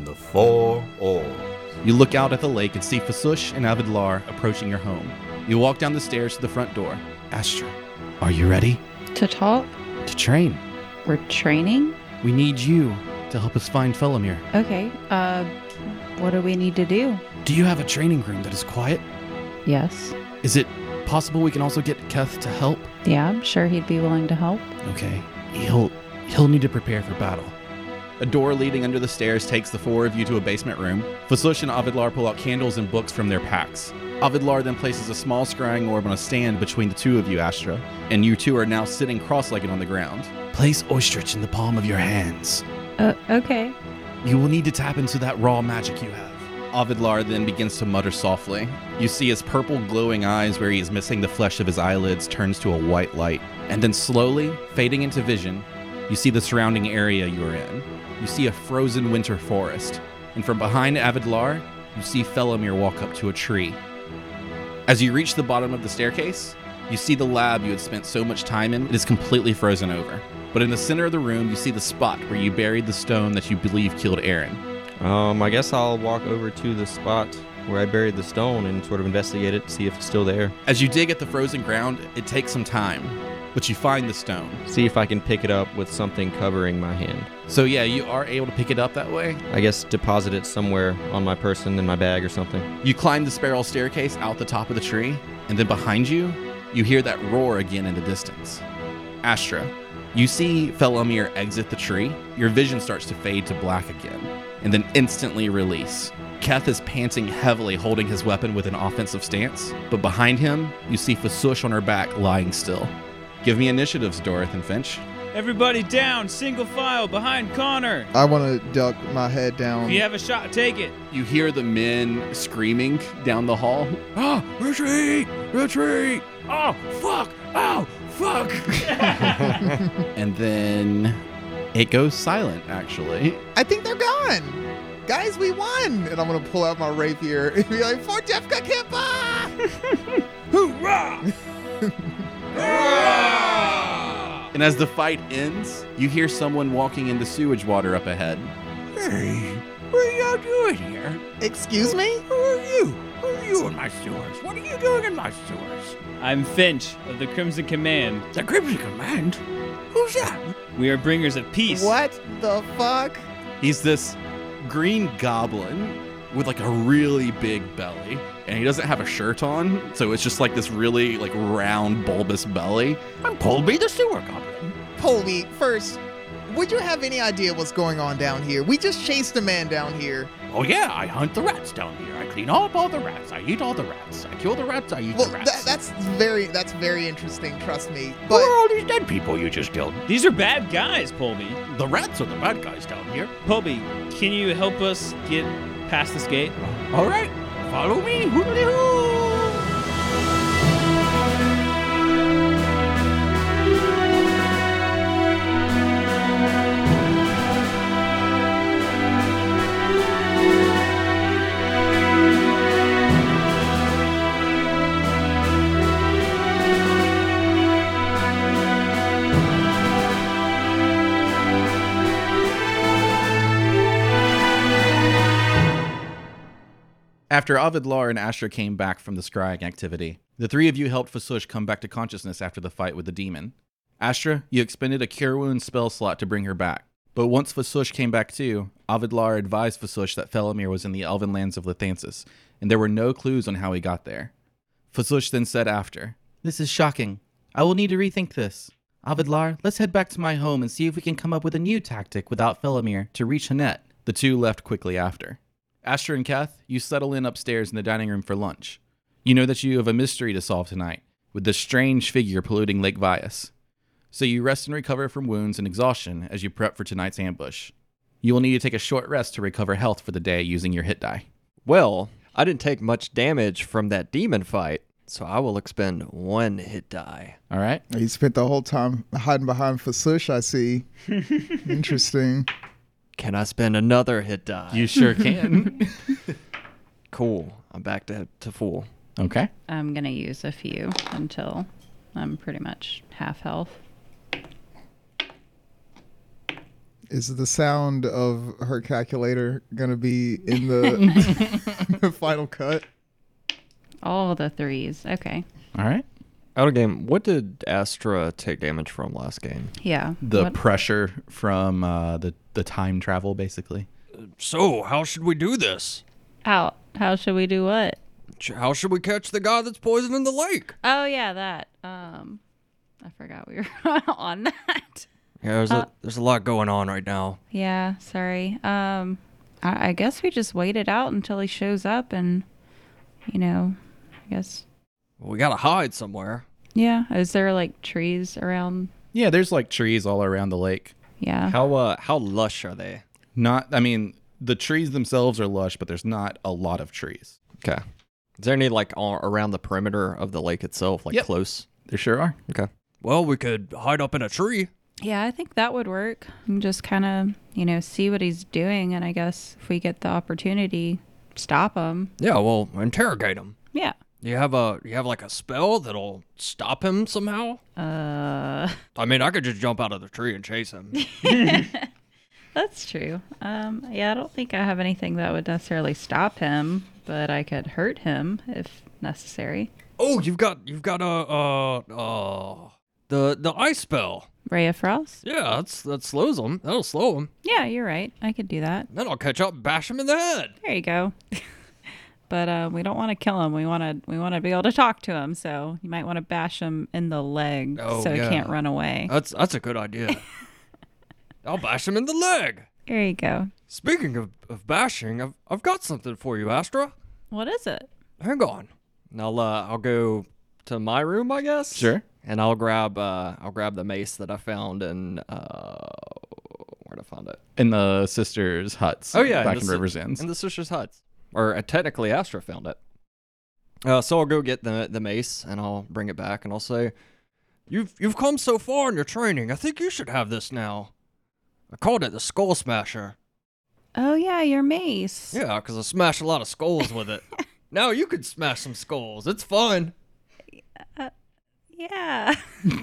for all. You look out at the lake and see Fasush and Avidlar approaching your home. You walk down the stairs to the front door. Astra, are you ready? To talk? To train. We're training? We need you to help us find Felomir. Okay. Uh, what do we need to do? Do you have a training room that is quiet? Yes. Is it possible we can also get Keth to help? Yeah, I'm sure he'd be willing to help. Okay. He'll he'll need to prepare for battle. A door leading under the stairs takes the four of you to a basement room. Fasush and Avidlar pull out candles and books from their packs. Avidlar then places a small scrying orb on a stand between the two of you, Astra, and you two are now sitting cross-legged on the ground. Place Ostrich in the palm of your hands. Uh, okay. You will need to tap into that raw magic you have. Avidlar then begins to mutter softly. You see his purple glowing eyes, where he is missing the flesh of his eyelids, turns to a white light. And then slowly, fading into vision, you see the surrounding area you are in. You see a frozen winter forest. And from behind Avidlar, you see Felomir walk up to a tree. As you reach the bottom of the staircase, you see the lab you had spent so much time in. It is completely frozen over. But in the center of the room, you see the spot where you buried the stone that you believe killed Aaron. Um, I guess I'll walk over to the spot where I buried the stone and sort of investigate it, see if it's still there. As you dig at the frozen ground, it takes some time, but you find the stone. See if I can pick it up with something covering my hand. So, yeah, you are able to pick it up that way. I guess deposit it somewhere on my person in my bag or something. You climb the spiral staircase out the top of the tree, and then behind you, you hear that roar again in the distance. Astra, you see Felomir exit the tree. Your vision starts to fade to black again, and then instantly release. Keth is panting heavily, holding his weapon with an offensive stance, but behind him, you see Fasush on her back lying still. Give me initiatives, Dorothy and Finch. Everybody down, single file, behind Connor. I want to duck my head down. If you have a shot, take it. You hear the men screaming down the hall. Ah, retreat! Retreat! Oh, fuck! Oh, fuck! And then it goes silent, actually. I think they're gone. Guys, we won! And I'm going to pull out my rapier and be like, for Jeffka Kippa! Hoorah! And as the fight ends, you hear someone walking into sewage water up ahead. Hey, what are y'all doing here? Excuse me? Who are you? Who are you in my stores? What are you doing in my stores? I'm Finch of the Crimson Command. The Crimson Command? Who's that? We are bringers of peace. What the fuck? He's this green goblin with like a really big belly, and he doesn't have a shirt on, so it's just like this really like round bulbous belly. I'm Colby the Sewer Goblin. Holy, first, would you have any idea what's going on down here? We just chased a man down here. Oh yeah, I hunt the rats down here. I clean up all the rats. I eat all the rats. I kill the rats. I eat Well, the tha- rats. that's very that's very interesting, trust me. Who But are all these dead people you just killed? These are bad guys, Polby. The rats are the bad guys down here. Polby, can you help us get past this gate? All right, follow me. Hoodity-hoo. After Avidlar and Asher came back from the scrying activity, the three of you helped Fasush come back to consciousness after the fight with the demon. Astra, you expended a cure wound spell slot to bring her back. But once Fasush came back too, Avidlar advised Fasush that Felomir was in the elven lands of Lathansis, and there were no clues on how he got there. Fasush then said after, This is shocking. I will need to rethink this. Avidlar, let's head back to my home and see if we can come up with a new tactic without Felomir to reach Hanet. The two left quickly after. Asher and Kath, you settle in upstairs in the dining room for lunch. You know that you have a mystery to solve tonight, with this strange figure polluting Lake Vias. So you rest and recover from wounds and exhaustion as you prep for tonight's ambush. You will need to take a short rest to recover health for the day using your hit die. Well, I didn't take much damage from that demon fight, so I will expend one hit die. All right? he spent the whole time hiding behind Fasush, I see. interesting. Can I spend another hit die? You sure can. cool. I'm back to, to full. okay. I'm going to use a few until I'm pretty much half health. Is the sound of her calculator gonna be in the final cut? All the threes. Okay. All right. Out of game, what did Astra take damage from last game? Yeah. The What- pressure from uh, the the time travel, basically. So, how should we do this? Out. How should we do what? How should we catch the guy that's poisoning the lake? Oh yeah, that. Um, I forgot we were on that. Yeah, there's, a, there's a lot going on right now. Yeah. Sorry. Um, I, I guess we just wait it out until he shows up, and you know, I guess. We gotta hide somewhere. Yeah. Is there like trees around? Yeah, there's like trees all around the lake. Yeah. How uh, how lush are they? Not, I mean, the trees themselves are lush, but there's not a lot of trees. Okay. Is there any like all around the perimeter of the lake itself, like Yep. close? There sure are. Okay. Well, we could hide up in a tree. Yeah, I think that would work. And just kind of, you know, see what he's doing. And I guess if we get the opportunity, stop him. Yeah, well, interrogate him. Yeah. You have a you have like a spell that'll stop him somehow. Uh, I mean, I could just jump out of the tree and chase him. that's true. Um, yeah, I don't think I have anything that would necessarily stop him, but I could hurt him if necessary. oh, you've got you've got a uh uh the the ice spell. Ray of Frost? Yeah, that's that slows him. That'll slow him. Yeah, you're right. I could do that. Then I'll catch up, and bash him in the head. There you go. but uh, we don't want to kill him. We want to we want to be able to talk to him. So you might want to bash him in the leg Oh, so yeah. Uh, he can't run away. That's that's a good idea. I'll bash him in the leg. there you go. Speaking of, of bashing, I've I've got something for you, Astra. What is it? Hang on. And I'll uh, I'll go to my room, I guess. Sure. And I'll grab uh I'll grab the mace that I found and uh where to find it. In the sisters' huts. Oh yeah, Back the in si- Rivers Ends. In the sister's huts. Or uh, technically Astra found it. Uh, so I'll go get the the mace and I'll bring it back and I'll say, "You've you've come so far in your training. I think you should have this now. I called it the Skull Smasher. Oh yeah, your mace. Yeah, because I smash a lot of skulls with it. now you could smash some skulls. It's fun. Uh, Yeah.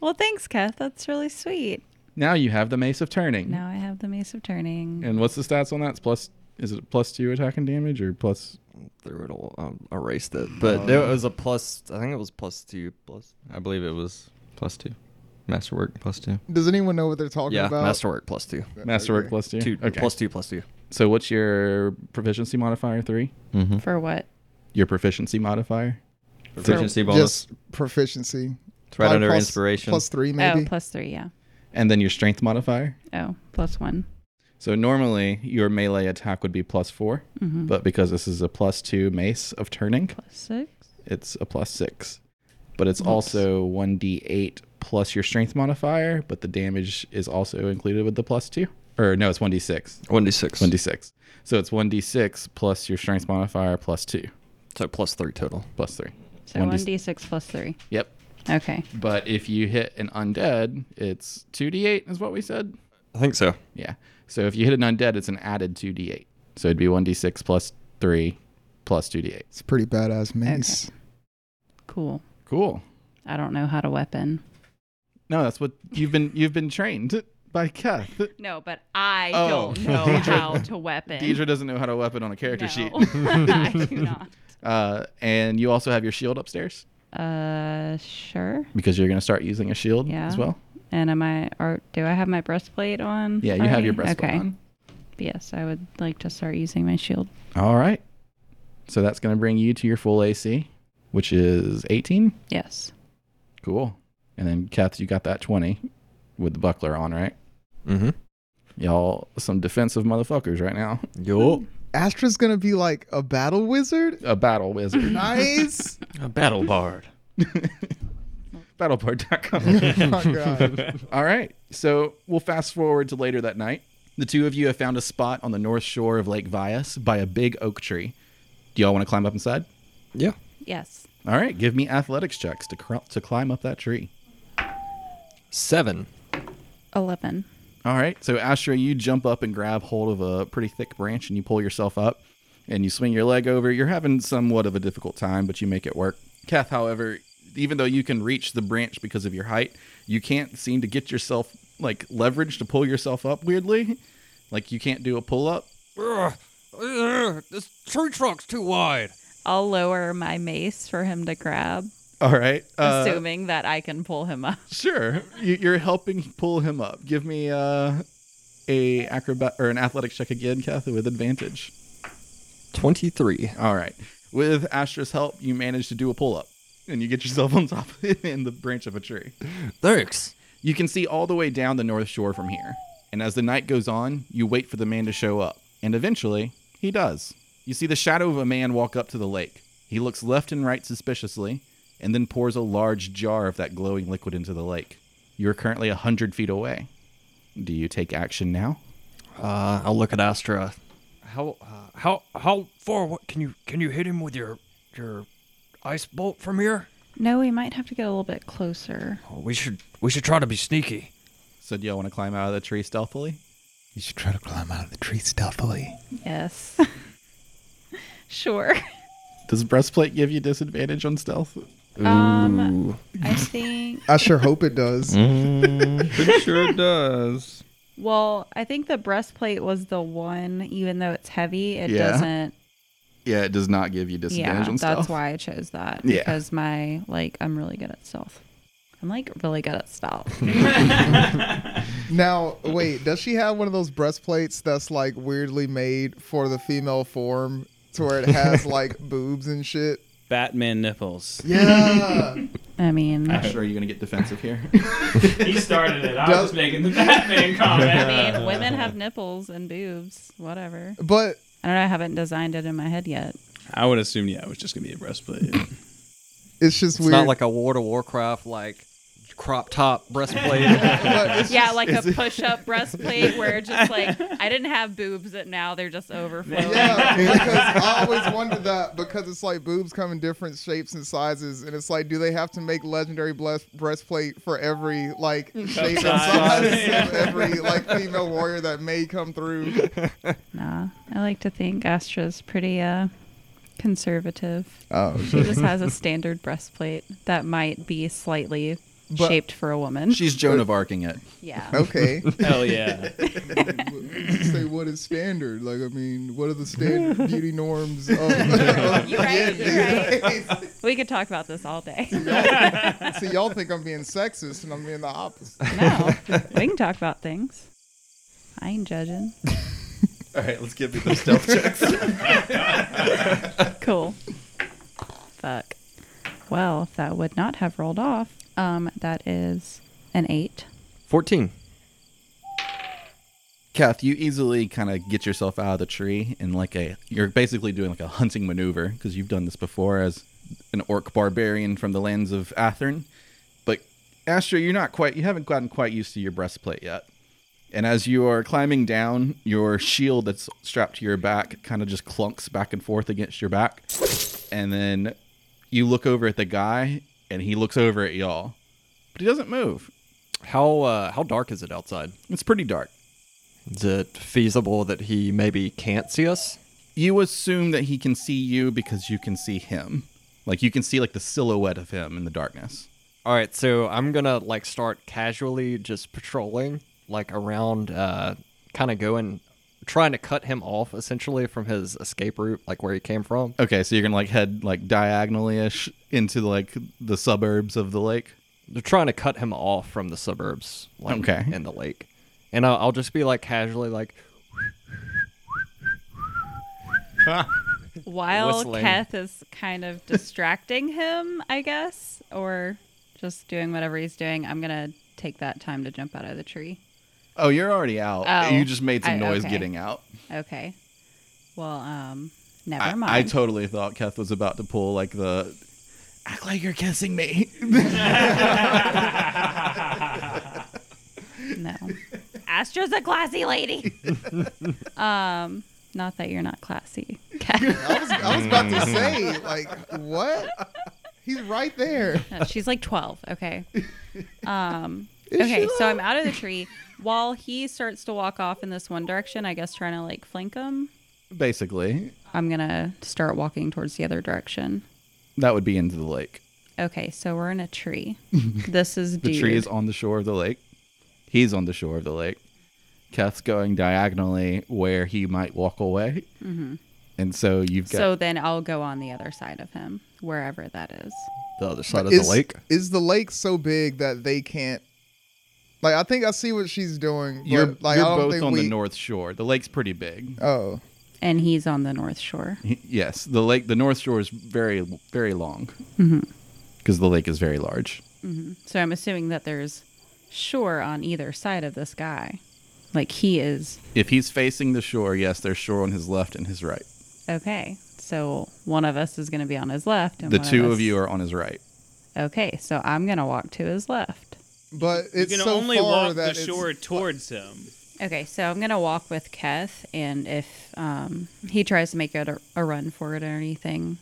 well, thanks, Kath. That's really sweet. now you have the Mace of Turning. Now I have the mace of turning. And what's the stats on that? It's plus, is it plus two attack and damage or plus? Uh, through it all um, erased it but there Um, was a plus i think it was plus two plus I believe it was plus two. Masterwork plus two. Does anyone know what they're talking yeah about? masterwork plus two Masterwork Okay. plus two. two okay. plus two plus two So what's your proficiency modifier? Three. For what? Mm-hmm. Your proficiency modifier. Proficiency bonus. Just proficiency. it's right Probably under plus- inspiration. Plus three, maybe. Oh, plus three. Yeah. And then your strength modifier. Oh, plus one. So normally your melee attack would be plus 4 but because this is a plus two mace of turning, Mm-hmm. Plus six. it's a plus six. But it's also one d eight plus your strength modifier, but the damage is also included with the plus two. Or no, it's one d six. one d six One d six. So it's one d six plus your strength modifier plus two so plus three total plus three. So One one D- d six plus three. Yep. Okay. But if you hit an undead, it's two d eight is what we said. i think so Yeah. So if you hit an undead, it's an added 2d8. So it'd be 1d6 plus 3 plus 2d8. It's a pretty badass mace. Cool. Cool. I don't know how to weapon. No, that's what you've been you've been trained by Kath. No, but I Oh. don't know how to weapon. Deidre doesn't know how to weapon on a character sheet. I do not. Uh, and you also have your shield upstairs Uh, sure. because you're going to start using a shield Yeah. as well. And am I? Or do I have my breastplate on? Yeah, you have your already? breastplate okay. on. Yes, I would like to start using my shield. All right. So that's going to bring you to your full AC, which is 18. Yes. Cool. And then Kath, you got that 20 with the buckler on, right? mm-hmm Y'all some defensive motherfuckers right now. yo Astra's gonna be like a battle wizard. a battle wizard. Nice. A battle bard. Battleport.com. oh god. All right. So we'll fast forward to later that night. The two of you have found a spot on the north shore of Lake Vias by a big oak tree. Do y'all want to climb up inside? yeah Yes. All right. Give me athletics checks to, cr- to climb up that tree. seven Eleven. All right. So, Astra, you jump up and grab hold of a pretty thick branch and you pull yourself up and you swing your leg over. You're having somewhat of a difficult time, but you make it work. Kath, however, even though you can reach the branch because of your height, you can't seem to get yourself like leverage to pull yourself up weirdly. Like you can't do a pull up. Ugh, ugh, this tree trunk's too wide. I'll lower my mace for him to grab, All right. Uh, assuming that I can pull him up. sure. You, you're helping pull him up. Give me uh, a acrobat or an athletics check again, Kathy, with advantage. 23. All right. With Astra's help, you manage to do a pull up, and you get yourself on top in the branch of a tree. Thanks. You can see all the way down the North Shore from here. And as the night goes on, you wait for the man to show up. And eventually, he does. You see the shadow of a man walk up to the lake. He looks left and right suspiciously, and then pours a large jar of that glowing liquid into the lake. You are currently a 100 feet away. Do you take action now? Uh, I'll look at Astra. How uh, how how far? What can you can you hit him with your your ice bolt from here? No, we might have to get a little bit closer. Oh, we should we should try to be sneaky. So, do you want to climb out of the tree stealthily? You should try to climb out of the tree stealthily. Yes. sure. Does breastplate give you disadvantage on stealth? Um, I think. I sure hope it does. it sure does. Well, I think the breastplate was the one, even though it's heavy, it Yeah. doesn't. Yeah, it does not give you Yeah, that's why I chose that. Yeah. Because my, like, I'm really good at stealth. I'm, like, really good at stealth. Now, wait, does she have one of those breastplates that's like weirdly made for the female form to where it has like boobs and shit? Batman nipples. Yeah. I mean, Asher, are you going to get defensive here? he started it. I Does- was making the Batman comment. I mean, women have nipples and boobs, whatever. but I don't know. I haven't designed it in my head yet. I would assume, yeah, it was just gonna be a breastplate. it's just It's weird. not like a War to Warcraft like crop top breastplate. But it's- Yeah, like a push up breastplate where just like I didn't have boobs that now they're just overflowing. yeah, because I always wondered that because it's like boobs come in different shapes and sizes, and it's like, do they have to make legendary bless- breastplate for every like shape and size of every like female warrior that may come through? Nah. I like to think Astra's pretty uh conservative. Oh, She just has a standard breastplate that might be slightly But- shaped for a woman. She's Joan of Arcing it. yeah. okay. Hell yeah. say what is standard. Like, I mean, what are the standard beauty norms? Of, of You're right, beauty? you're We could talk about this all day. See, y'all think I'm being sexist, and I'm being the opposite. No. We can talk about things. I ain't judging. All right, let's give me the stealth checks. Cool. Fuck. Well, if that would not have rolled off, um, that is an eight. 14. Kath, you easily kind of get yourself out of the tree and like a you're basically doing like a hunting maneuver because you've done this before as an orc barbarian from the lands of Athern. But Astra, you're not quite you haven't gotten quite used to your breastplate yet. And as you are climbing down, your shield that's strapped to your back kind of just clunks back and forth against your back. And then you look over at the guy and he looks over at y'all. But he doesn't move. How uh, how dark is it outside? It's pretty dark. Is it feasible that he maybe can't see us? you assume that he can see you because you can see him. Like you can see like the silhouette of him in the darkness. All right, so I'm gonna like start casually just patrolling like around, uh, kind of going, trying to cut him off essentially from his escape route, like where he came from. Okay, so you're gonna like head like diagonally ish into like the suburbs of the lake. They're trying to cut him off from the suburbs, like Okay. in the lake, and I'll, I'll just be like casually like, While Whistling. Keth is kind of distracting him, I guess, or just doing whatever he's doing, I'm gonna take that time to jump out of the tree. Oh, you're already out. Oh, you just made some I- noise okay. getting out. Okay. Well, um, I, never mind. I totally thought Keth was about to pull like the act like you're kissing me. no. Astra's a classy lady. um, not that you're not classy, Keth. I was, I was about to say, like, what? He's right there. No, she's like 12. Okay. Um, okay. So I'm out of the tree. While he starts to walk off in this one direction, I guess trying to like flank him, Basically, I'm going to start walking towards the other direction. that would be into the lake. Okay. So we're in a tree. this is The dude. tree is on the shore of the lake. He's on the shore of the lake. Keth's going diagonally where he might walk away. And so you've got Mm-hmm. So then I'll go on the other side of him, wherever that is. The other side of is, the lake. Is the lake so big that they can't? Like, I think I see what she's doing. but, you're, like, you're I don't both think on we- the north shore. The lake's pretty big. Oh, And he's on the North Shore. Yes, the lake, the north shore is very, very long because the lake is very large. Mm-hmm. So I'm assuming that there's shore on either side of this guy. Like he is. If he's facing the shore, yes, there's shore on his left and his right. Okay. So one of us is going to be on his left. And The one two of, of you are on his right. are. Okay. So I'm going to walk to his left. but it's you can so only far walk that the it's- shore towards him. Okay. So I'm going to walk with Keth. And if um, he tries to make it a, a run for it or anything,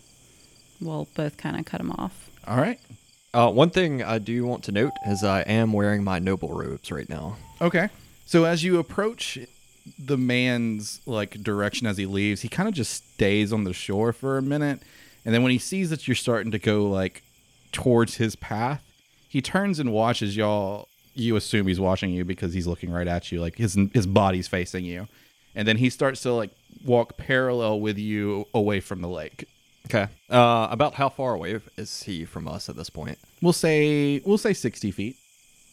we'll both kind of cut him off. All right. Uh, one thing I do want to note is I am wearing my noble robes right now. Okay. So as you approach the man's like direction as he leaves, he kind of just stays on the shore for a minute, and then when he sees that you're starting to go like towards his path, he turns and watches y'all. You assume he's watching you because he's looking right at you, like his his body's facing you, and then he starts to like walk parallel with you away from the lake. Okay. Uh, about how far away is he from us at this point? We'll say we'll say sixty feet.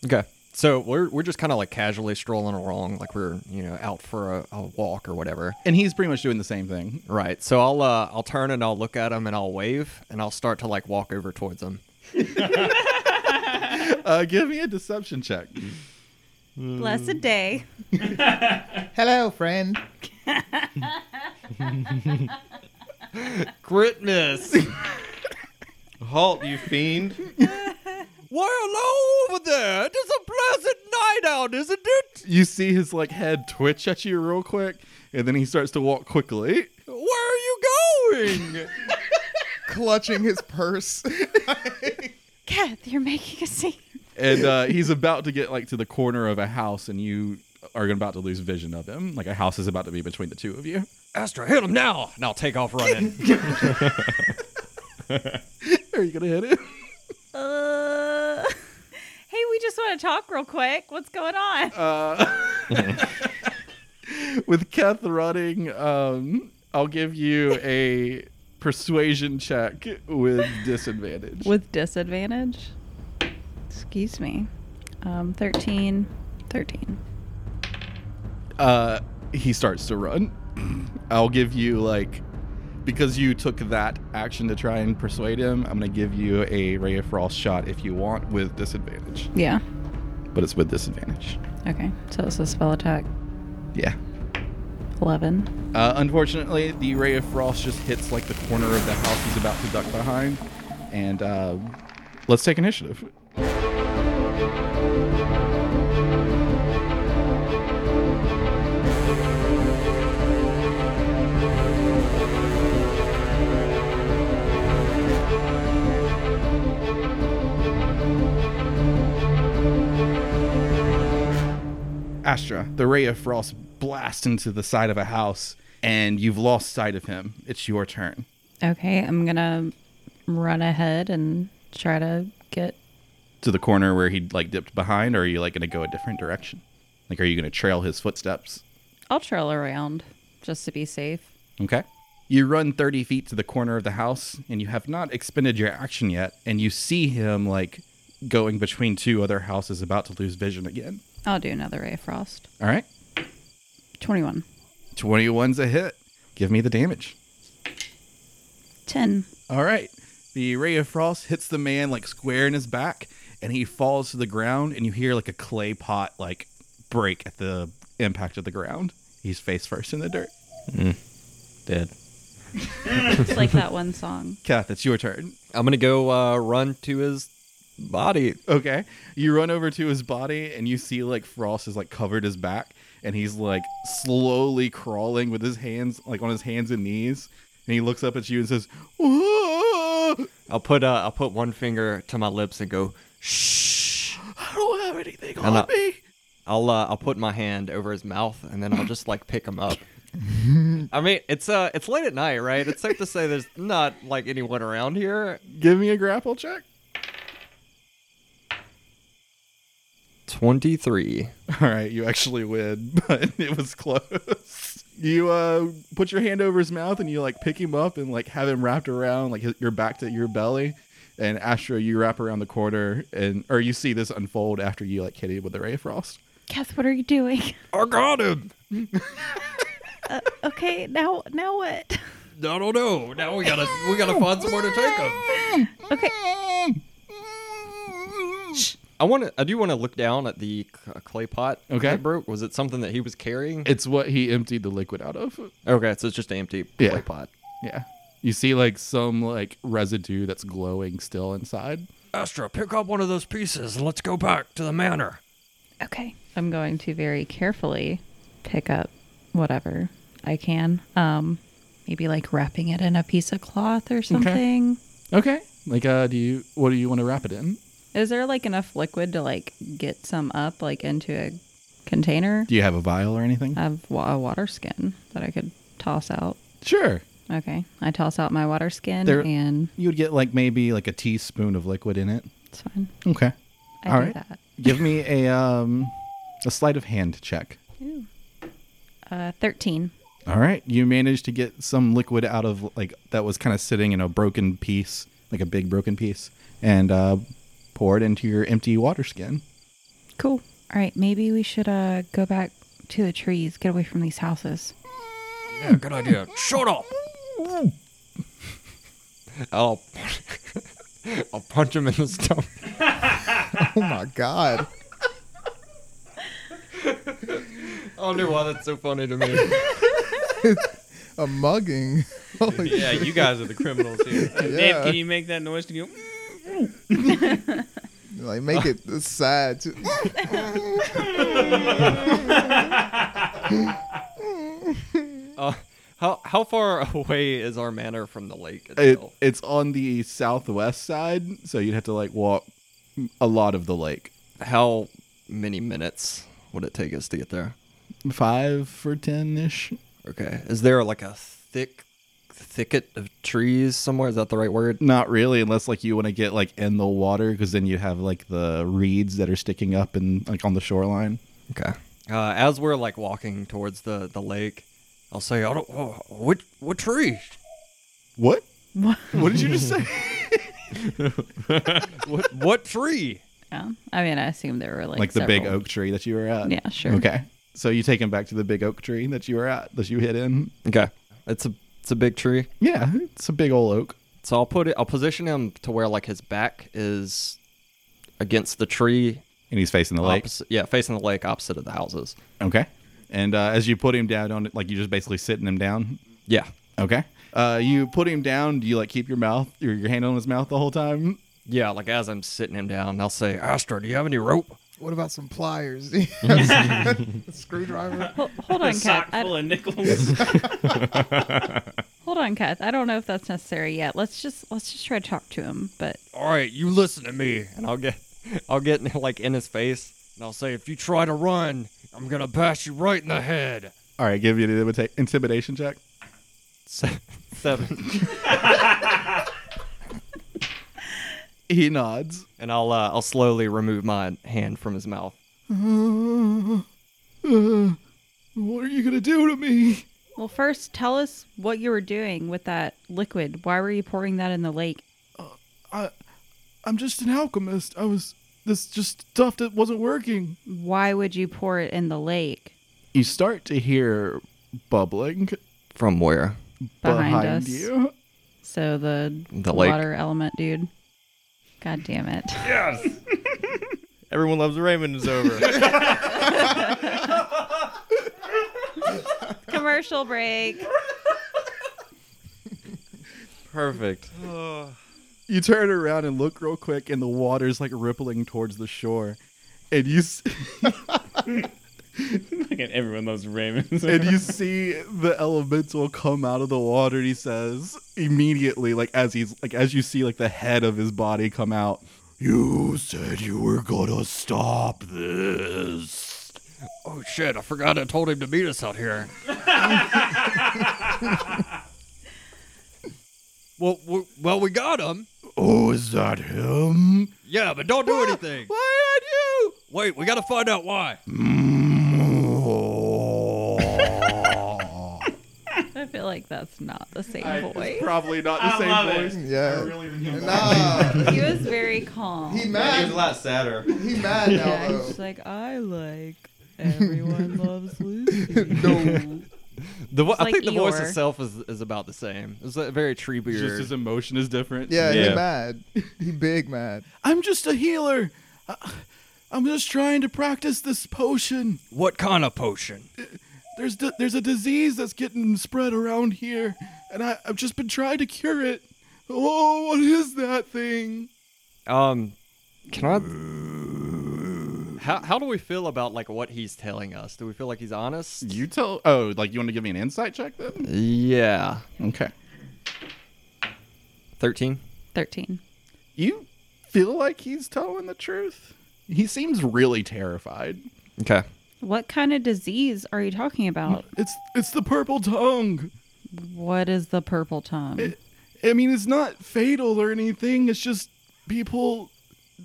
Okay. So we're we're just kind of like casually strolling along, like we're you know out for a, a walk or whatever. And he's pretty much doing the same thing. Right. So I'll uh, I'll turn and I'll look at him and I'll wave and I'll start to like walk over towards him. Uh, give me a deception check. Blessed day. Hello, friend. Crit miss. Halt, you fiend. Why hello over there? It is a pleasant night out, isn't it? you see his like head twitch at you real quick, and then he starts to walk quickly. Where are you going? Clutching his purse. Keth, you're making a scene. And uh, he's about to get like to the corner of a house, and you are about to lose vision of him. Like a house is about to be between the two of you. Astra, hit him now, and I'll take off running. Are you gonna hit him? Uh, hey, we just want to talk real quick. What's going on? With Keth running, um, I'll give you a persuasion check with disadvantage. With disadvantage? Excuse me. Um, 13. 13. uh, he starts to run. I'll give you like because you took that action to try and persuade him. I'm gonna give you a ray of frost shot if you want with disadvantage, Yeah. but it's with disadvantage. Okay. So it's a spell attack. Yeah. 11. Uh, unfortunately, the ray of frost just hits like the corner of the house he's about to duck behind, and uh, let's take initiative. Astra, the ray of frost blasts into the side of a house, and you've lost sight of him. It's your turn. Okay. I'm going to run ahead and try to get. To the corner where he like dipped behind, or are you like gonna go a different direction? Like, are you gonna trail his footsteps? I'll trail around just to be safe. Okay. You run 30 feet to the corner of the house, and you have not expended your action yet, and you see him like going between two other houses about to lose vision again. I'll do another Ray of Frost. All right. 21. 21's a hit. Give me the damage. 10. All right. The ray of frost hits the man like square in his back, and he falls to the ground. And you hear like a clay pot like break at the impact of the ground. He's face first in the dirt. Mm. Dead. It's like that one song. Kath, it's your turn. I'm gonna go uh, run to his body. Okay. You run over to his body, and you see like frost is like covered his back, and he's like slowly crawling with his hands like on his hands and knees. And he looks up at you and says, "Whoa! I'll put uh, I'll put one finger to my lips and go. Shh. I don't have anything And on I- me." I'll uh, I'll put my hand over his mouth and then I'll just like pick him up. I mean, it's uh, it's late at night, right? It's safe to say there's not like anyone around here. Give me a grapple check. 23. All right, you actually win, but it was close. You uh, put your hand over his mouth and you like pick him up and like have him wrapped around like his- your back to your belly. And Astra, you wrap around the corner and or you see this unfold after you like hit him with a ray of frost. Kath, what are you doing? Uh, I got him. Okay, now now what? I don't know. Now we gotta we gotta find somewhere to take him. Okay. I want to. I do want to look down at the c- uh, clay pot. Okay. that broke. Was it something that he was carrying? It's what he emptied the liquid out of. okay, so it's just an empty Yeah. clay pot. Yeah, you see like some like residue that's glowing still inside. Astra, pick up one of those pieces and let's go back to the manor. Okay. I'm going to very carefully pick up whatever I can. Um maybe like wrapping it in a piece of cloth or something. Okay, like uh, do you what do you want to wrap it in? Is there like enough liquid to like get some up like into a container? Do you have a vial or anything? I have wa- a water skin that I could toss out. sure, Okay. I toss out my water skin There- and you would get like maybe like a teaspoon of liquid in it. it's fine. Okay. I All do right. that. Give me a um a sleight of hand check. Uh 13. All right, you managed to get some liquid out of like that was kind of sitting in a broken piece, like a big broken piece, and uh, pour it into your empty water skin. Cool. All right, maybe we should uh go back to the trees, get away from these houses. Yeah, good idea. Shut up. I'll I'll punch him in the stomach. Oh my god. I don't know why that's so funny to me. A mugging. Holy Yeah, you guys are the criminals here. Dave, can you make that noise? Can you? Like make it sad too. Uh, how how far away is our manor from the lake It, itself? it's on the southwest side, so you'd have to like walk a lot of the lake, how many minutes would it take us to get there? five for ten ish. Okay. Is there like a thick thicket of trees somewhere? Is that the right word? Not really, unless like you want to get like in the water, because then you have like the reeds that are sticking up and like on the shoreline. Okay. Uh, as we're like walking towards the the lake, I'll say, I don't, oh, "What what tree? What? What did you just say? What what tree?" Yeah. Oh, I mean, I assume there were like like the big several. oak tree that you were at. Yeah, sure. Uh, Okay. So you take him back to the big oak tree that you were at that you hid in. Okay. It's a it's a big tree. Yeah, it's a big old oak. So I'll put it. I'll position him to where like his back is against the tree. And he's facing the lake. Opposite, yeah, facing the lake, opposite of the houses. Okay. And uh, as you put him down on it, like you're just basically sitting him down. Yeah. Okay. Uh, you put him down. Do you like keep your mouth, your, your hand on his mouth the whole time? Yeah, like as I'm sitting him down, I'll say, Astra, do you have any rope? What about some pliers? Screwdriver. Hold, hold A on, Kath. sock I- full of nickels. hold on, Kath. I don't know if that's necessary yet. Let's just let's just try to talk to him. But all right, you listen to me. And I'll get, I'll get like in his face, and I'll say, if you try to run, I'm gonna bash you right in the head. All right, give you an imita- intimidation check. Se- Seven. He nods. and I'll, uh, I'll slowly remove my hand from his mouth. What are you going to do to me? well, first tell us what you were doing with that liquid. Why were you pouring that in the lake? Uh, I'm just an alchemist. I was, this just stuff that wasn't working. Why would you pour it in the lake You start to hear bubbling From where? behind, behind us? you. So the, The lake. water element, dude. God damn it! Everyone loves Raymond is over. Commercial break. Perfect. you turn around and look real quick and the water's like rippling towards the shore and you s- Fucking everyone loves Raymond. and you see the elemental come out of the water and he says immediately like as he's like as you see like the head of his body come out You said you were gonna stop this. Oh shit! I forgot I told him to meet us out here. well, we, well, we got him. Oh, is that him? Yeah, but don't do anything. why Wait, we gotta find out why. I feel like that's not the same voice. Probably not the I same love it. voice. I Yeah. really didn't get Nah. he was very calm. He He was a mad. lot sadder. He mad now yeah, he's though. just like, I like everyone loves Lucy. No. The vo- It's I like think the voice Eeyore. itself is, is about the same. It's a very tree beard. Just his emotion is different. Yeah, he Yeah. mad. He big mad. I'm just a healer. I, am just trying to practice this potion. what kind of potion? There's d- there's a disease that's getting spread around here, and I, I've just been trying to cure it. Oh, what is that thing? Um, can I? How how do we feel about like what he's telling us? Do we feel like he's honest? You tell. Oh, like you want to give me an insight check then? Yeah, Okay. thirteen. 13. You feel like he's telling the truth? He seems really terrified. Okay. What kind of disease are you talking about? It's it's the purple tongue. What is the purple tongue? I mean, it's not fatal or anything. It's just people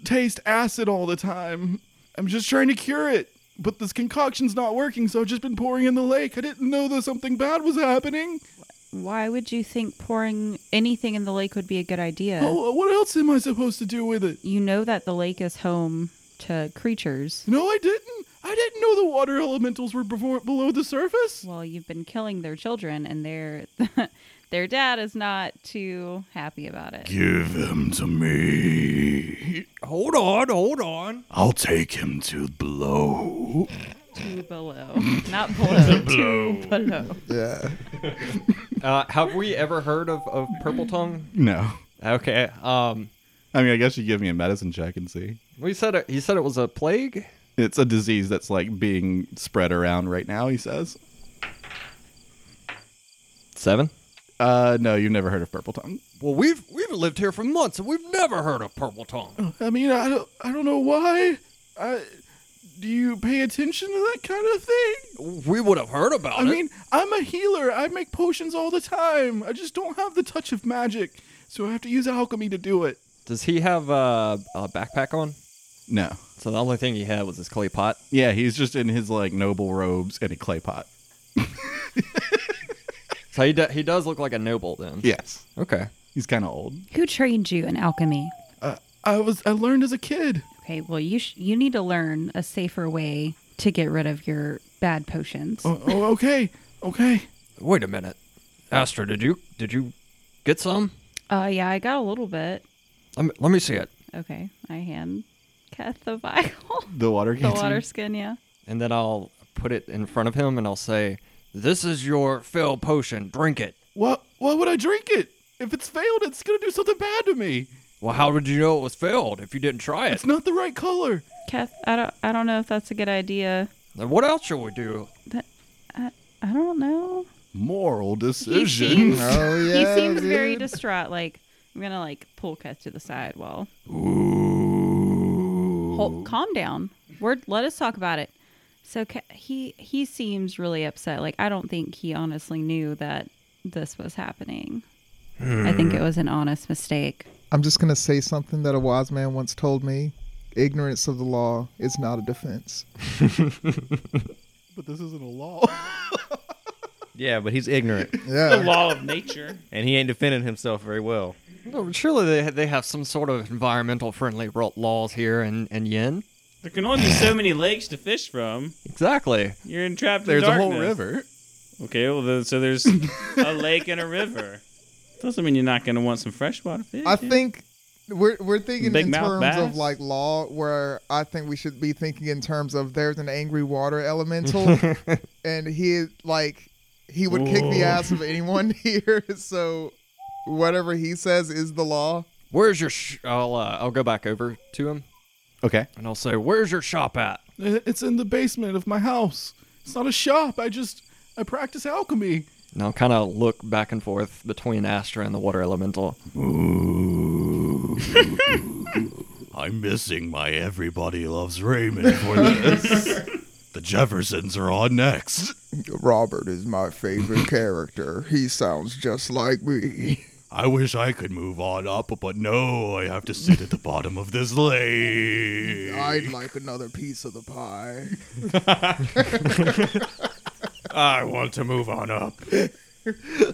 taste acid all the time. I'm just trying to cure it, but this concoction's not working, so I've just been pouring in the lake. I didn't know that something bad was happening. Why would you think pouring anything in the lake would be a good idea? Oh, what else am I supposed to do with it? You know that the lake is home to creatures. No, I didn't. I didn't know the water elementals were before, below the surface. Well, you've been killing their children, and their their dad is not too happy about it. Give him to me. Hold on, hold on. I'll take him to blow. Too below, not below. below. Too below. Yeah. Uh, have we ever heard of, of purple tongue? No. Okay. Um, I mean, I guess you give me a medicine check and see. we said it, he said it was a plague. It's a disease that's like being spread around right now, he says. Seven. Uh, no, you've never heard of purple tongue. Well, we've we've lived here for months and we've never heard of purple tongue. I mean, I don't, I don't know why. I, do you pay attention to that kind of thing? We would have heard about I mean, I'm a healer. I make potions all the time. I just don't have the touch of magic, so I have to use alchemy to do it. does he have uh, a backpack on? No. So the only thing he had was his clay pot. Yeah, he's just in his like noble robes and a clay pot. So he do- he does look like a noble then. Yes, Okay. he's kind of old. Who trained you in alchemy? Uh, I was I learned as a kid. Okay, well you sh- you need to learn a safer way to get rid of your bad potions. Oh, oh, okay, okay. Wait a minute, Astra, did you did you get some? Uh, yeah, I got a little bit. Let me, let me see it. Okay, I hand Kath the vial, The water the canteen. water skin. Yeah. And then I'll put it in front of him and I'll say, "This is your fill potion. Drink it." What? Why would I drink it? If it's failed, it's gonna do something bad to me. Well, how did you know it was filled if you didn't try it? It's not the right color. Kath, I don't, I don't know if that's a good idea. Then what else should we do? I don't know. Moral He seems, Oh yeah. he seems very dude. distraught. Like I'm gonna like pull Kath to the side while. Ooh. Hol- calm down. We're let us talk about it. So Ka- he he seems really upset. Like I don't think he honestly knew that this was happening. I think Hmm. it was an honest mistake. I'm just gonna say something that a wise man once told me. Ignorance of the law is not a defense. But this isn't a law. Yeah, but he's ignorant, The Yeah. law of nature. and he ain't defending himself very well. Well, surely they they have some sort of environmental friendly laws here in, in Yin. There can only be so many lakes to fish from. Exactly. You're entrapped in There's a darkness. whole river. Okay, well, then, so there's a lake and a river. Doesn't mean you're not going to want some freshwater fish. I think we're we're thinking Big in mouth terms bass. of like law, where I think we should be thinking in terms of there's an angry water elemental, and he like he would kick the ass of anyone here. So whatever he says is the law. Where's your? Sh- I'll uh, I'll go back over to him Okay. and I'll say, "Where's your shop at?" It's in the basement of my house. It's not a shop. I just I practice alchemy. And I'll kind of look back and forth between Astra and the water elemental. I'm missing my Everybody Loves Raymond for this. the Jeffersons are on next. Robert is my favorite character. He sounds just like me. I wish I could move on up, but no, I have to sit at the bottom of this lake. I'd like another piece of the pie. I want to move on up to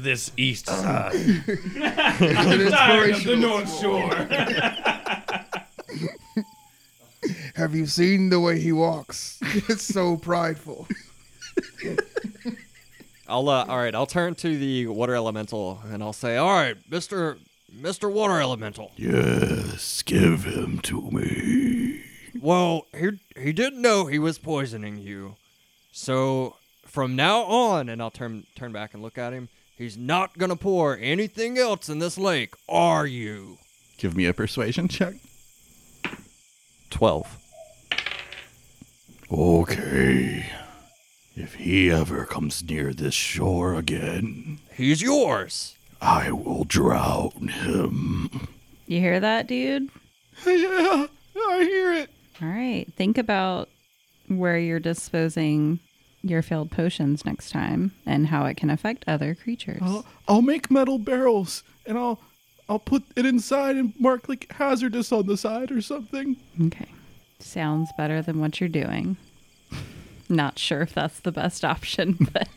this east side. An Tired of the inspirational- North Shore. Have you seen the way he walks? It's so prideful. I'll uh, all right. I'll turn to the water elemental and I'll say, "All right, Mister Mister Water Elemental. Yes, give him to me. Well, he he didn't know he was poisoning you, so from now on, and I'll turn turn back and look at him. He's not gonna pour anything else in this lake, are you? Give me a persuasion check. Twelve. Okay. If he ever comes near this shore again, He's yours. I will drown him. You hear that, dude? Yeah, I hear it. All right. Think about where you're disposing your failed potions next time and how it can affect other creatures. Oh, I'll, I'll make metal barrels and I'll I'll put it inside and mark like hazardous on the side or something. Okay. Sounds better than what you're doing. Not sure if that's the best option, but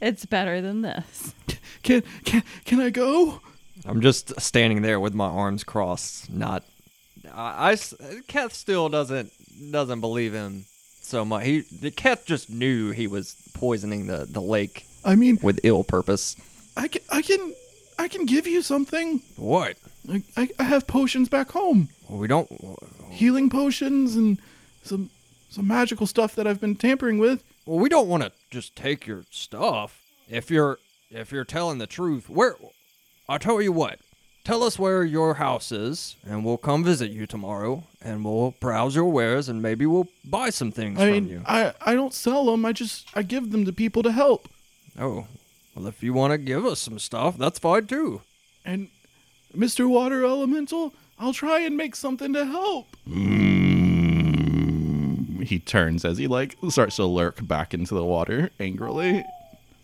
it's better than this. Can can can I go? I'm just standing there with my arms crossed. Not, I, I s- Keth still doesn't doesn't believe him so much. He the Keth just knew he was poisoning the the lake I mean, with ill purpose. I can I can I can give you something. What? I, I, I have potions back home, We don't. healing potions and some some magical stuff that I've been tampering with. Well, we don't want to just take your stuff. If you're if you're telling the truth, where? I'll tell you what. Tell us where your house is, and we'll come visit you tomorrow, and we'll browse your wares, and maybe we'll buy some things I from mean, you. I I don't sell them. I just I give them to people to help. Oh, well, if you want to give us some stuff, that's fine too. And Mr. Water Elemental, I'll try and make something to help. He turns as he like starts to lurk back into the water angrily.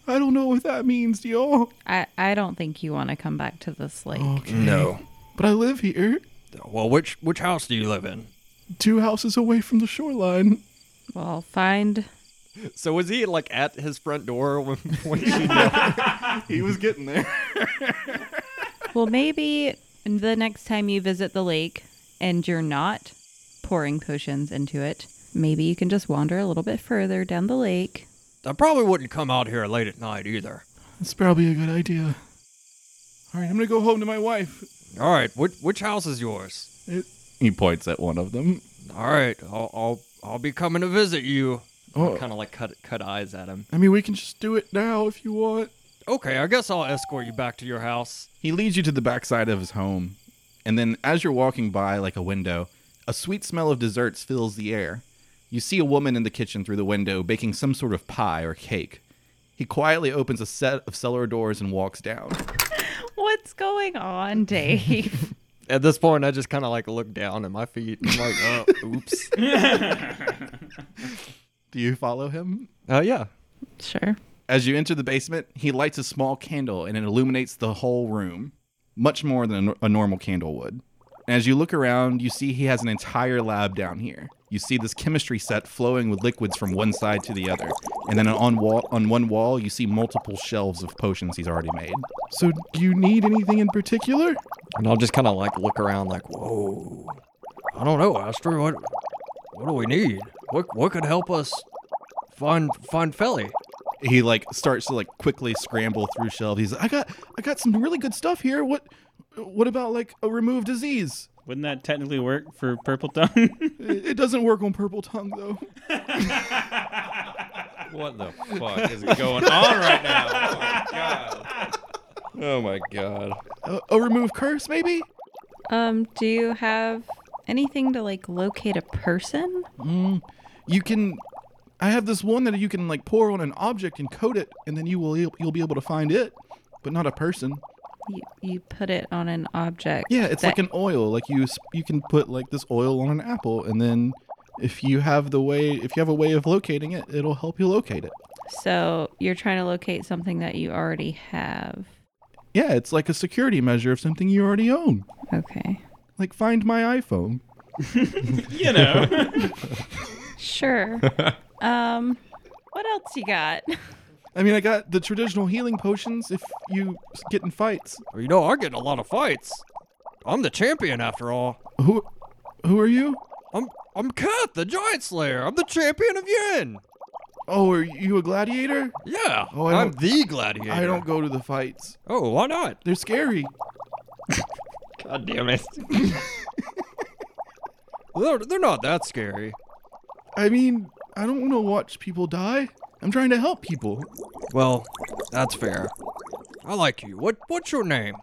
I don't know what that means to y'all, I, I don't think you want to come back to this lake. No. but I live here, Well, which which house do you live in? two houses away from the shoreline. Well, find So was he like at his front door when, when He was getting there. Well, maybe the next time you visit the lake and you're not pouring potions into it, maybe you can just wander a little bit further down the lake. I probably wouldn't come out here late at night either. That's probably a good idea. All right, I'm gonna go home to my wife. All right, which which house is yours? He points at one of them. All right, I'll I'll, I'll be coming to visit you. Oh. Kind of like cut cut eyes at him. I mean, we can just do it now if you want. Okay, I guess I'll escort you back to your house. He leads you to the backside of his home, and then as you're walking by like a window, a sweet smell of desserts fills the air. You see a woman in the kitchen through the window baking some sort of pie or cake. He quietly opens a set of cellar doors and walks down. What's going on, Dave? At this point, I just kind of like look down at my feet. I'm like, uh, oops. Do you follow him? Uh, yeah. sure. As you enter the basement, he lights a small candle and it illuminates the whole room, much more than a nor- a normal candle would. And as you look around, you see he has an entire lab down here. You see this chemistry set flowing with liquids from one side to the other. And then on, wall, on one wall, you see multiple shelves of potions he's already made. So, do you need anything in particular? And I'll just kind of like look around, like, whoa. Oh, I don't know, Astro. What, what do we need? What, what could help us find find Felly? He like starts to like quickly scramble through shelves. He's like, I got I got some really good stuff here. What what about like a remove disease? Wouldn't that technically work for Purple Tongue? It it doesn't work on purple tongue though. What the fuck is going on right Oh now? Oh my god. a, a remove curse maybe Um, do you have anything to like locate a person? Mm, you can i have this one that you can like pour on an object and coat it and then you will e-, you'll be able to find it but not a person You, you put it on an object. yeah it's that- like an oil like you s- you can put like this oil on an apple and then if you have the way if you have a way of locating it it'll help you locate it so you're trying to locate something that you already have. Yeah, it's like a security measure of something you already own. Okay. Like find my iPhone. You know. Sure. um, what else you got? I mean, I got the traditional healing potions if you s- get in fights. You know, I get in a lot of fights. I'm the champion after all. Who who are you? I'm I'm Cat, the Giant Slayer. I'm the champion of Yen. Oh, are you a gladiator? Yeah, Oh, I I'm don't- the gladiator. I don't go to the fights. Oh, why not? They're scary. God damn it. they're, they're not that scary. I mean, I don't want to watch people die. I'm trying to help people. Well, that's fair. I like you. What what's your name?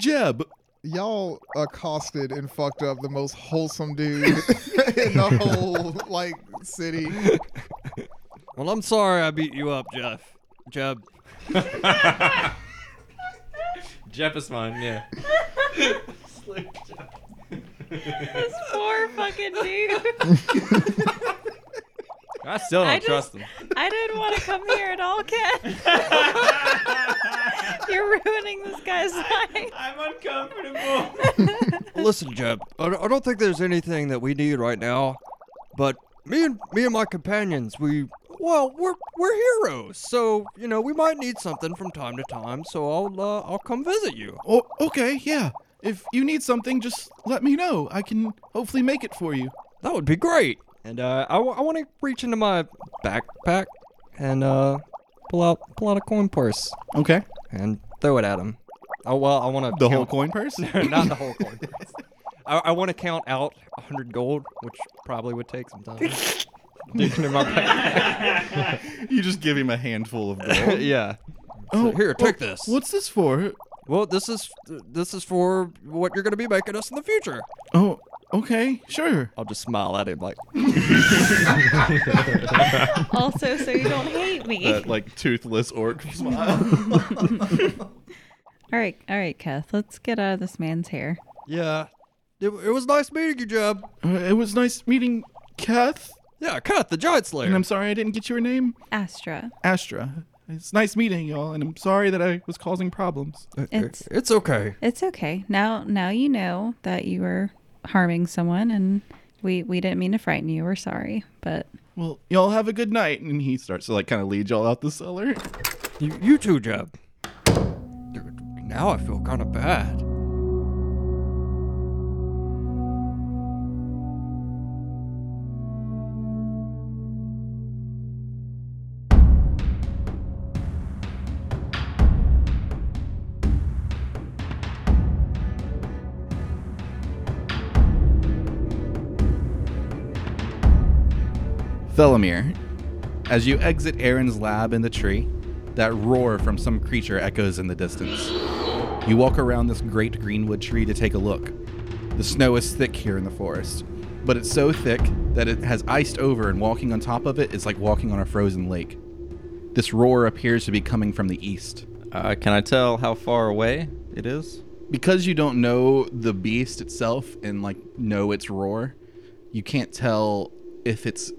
Jeb. Y'all accosted and fucked up the most wholesome dude in the whole like city. Well, I'm sorry I beat you up, Jeff. Jeb. Jeff is mine, yeah. This poor fucking dude. I still don't I just- trust him. I didn't want to come here at all, Cat. You're ruining this guy's life. I'm uncomfortable. Listen, Jeb. I, I don't think there's anything that we need right now, but me and me and my companions, we well, we're we're heroes. So you know, we might need something from time to time. So I'll uh, I'll come visit you. Oh, okay, yeah. If you need something, just let me know. I can hopefully make it for you. That would be great. And uh, I, w- I want to reach into my backpack and uh, pull out pull out a coin purse Okay. and throw it at him. Oh well, I want to The whole coin purse? not the whole coin purse. I, I want to count out a hundred gold, which probably would take some time. Dig into my backpack. you just give him a handful of gold. yeah. oh, Here, well, take this. What's this for? Well, this is this is for what you're gonna be making us in the future. Oh, okay, sure. I'll just smile at him like, Also, so you don't hate me. All like toothless orc right, all right, Kath. Let's get out of this man's hair. yeah, it, it was nice meeting you, Jeb. Uh, it was nice meeting Kath, Yeah, cut the giant slayer. and I'm sorry I didn't get your name, Astra. Astra. It's nice meeting y'all, and I'm sorry that I was causing problems. It's Uh, It's okay. it's okay. Now now you know that you were harming someone and we we didn't mean to frighten you. We're sorry, but Well, y'all have a good night. And he starts to like kind of lead y'all out the cellar. You, you too, Jeb. Dude, now I feel kind of bad. Felomir, as you exit Aaron's lab in the tree, that roar from some creature echoes in the distance. You walk around this great greenwood tree to take a look. The snow is thick here in the forest, but it's so thick that it has iced over, and walking on top of it is like walking on a frozen lake. This roar appears to be coming from the east. Uh, can I tell how far away it is? because you don't know the beast itself and like know its roar, you can't tell if it's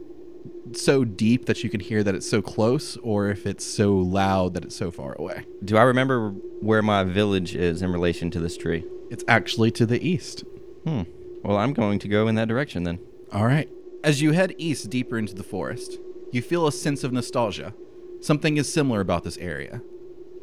so deep that you can hear that it's so close or if it's so loud that it's so far away. Do I remember where my village is in relation to this tree? It's actually to the east. Hmm. Well, I'm going to go in that direction then. All right. As you head east deeper into the forest, you feel a sense of nostalgia. Something is similar about this area.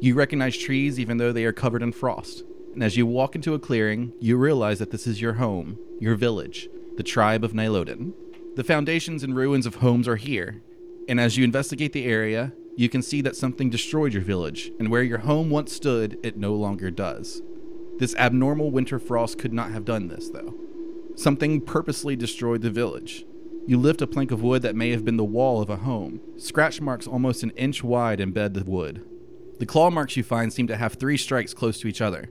You recognize trees even though they are covered in frost. And as you walk into a clearing, you realize that this is your home, your village, the tribe of Niloden. The foundations and ruins of homes are here. And as you investigate the area, you can see that something destroyed your village, and where your home once stood, it no longer does. This abnormal winter frost could not have done this, though. Something purposely destroyed the village. You lift a plank of wood that may have been the wall of a home. Scratch marks almost an inch wide embed the wood. The claw marks you find seem to have three strikes close to each other.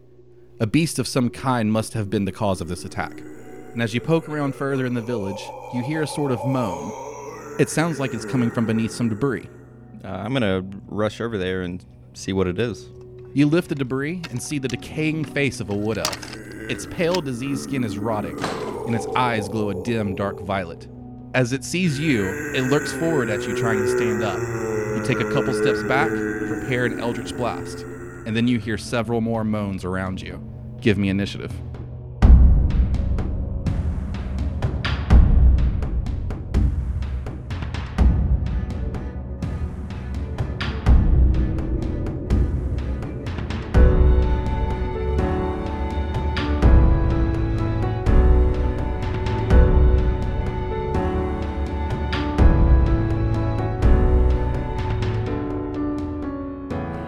A beast of some kind must have been the cause of this attack. And as you poke around further in the village, you hear a sort of moan. It sounds like it's coming from beneath some debris. Uh, I'm gonna rush over there and see what it is. You lift the debris and see the decaying face of a wood elf. Its pale, diseased skin is rotting, and its eyes glow a dim, dark violet. As it sees you, it lurks forward at you, trying to stand up. You take a couple steps back and prepare an eldritch blast. and then you hear several more moans around you. Give me initiative.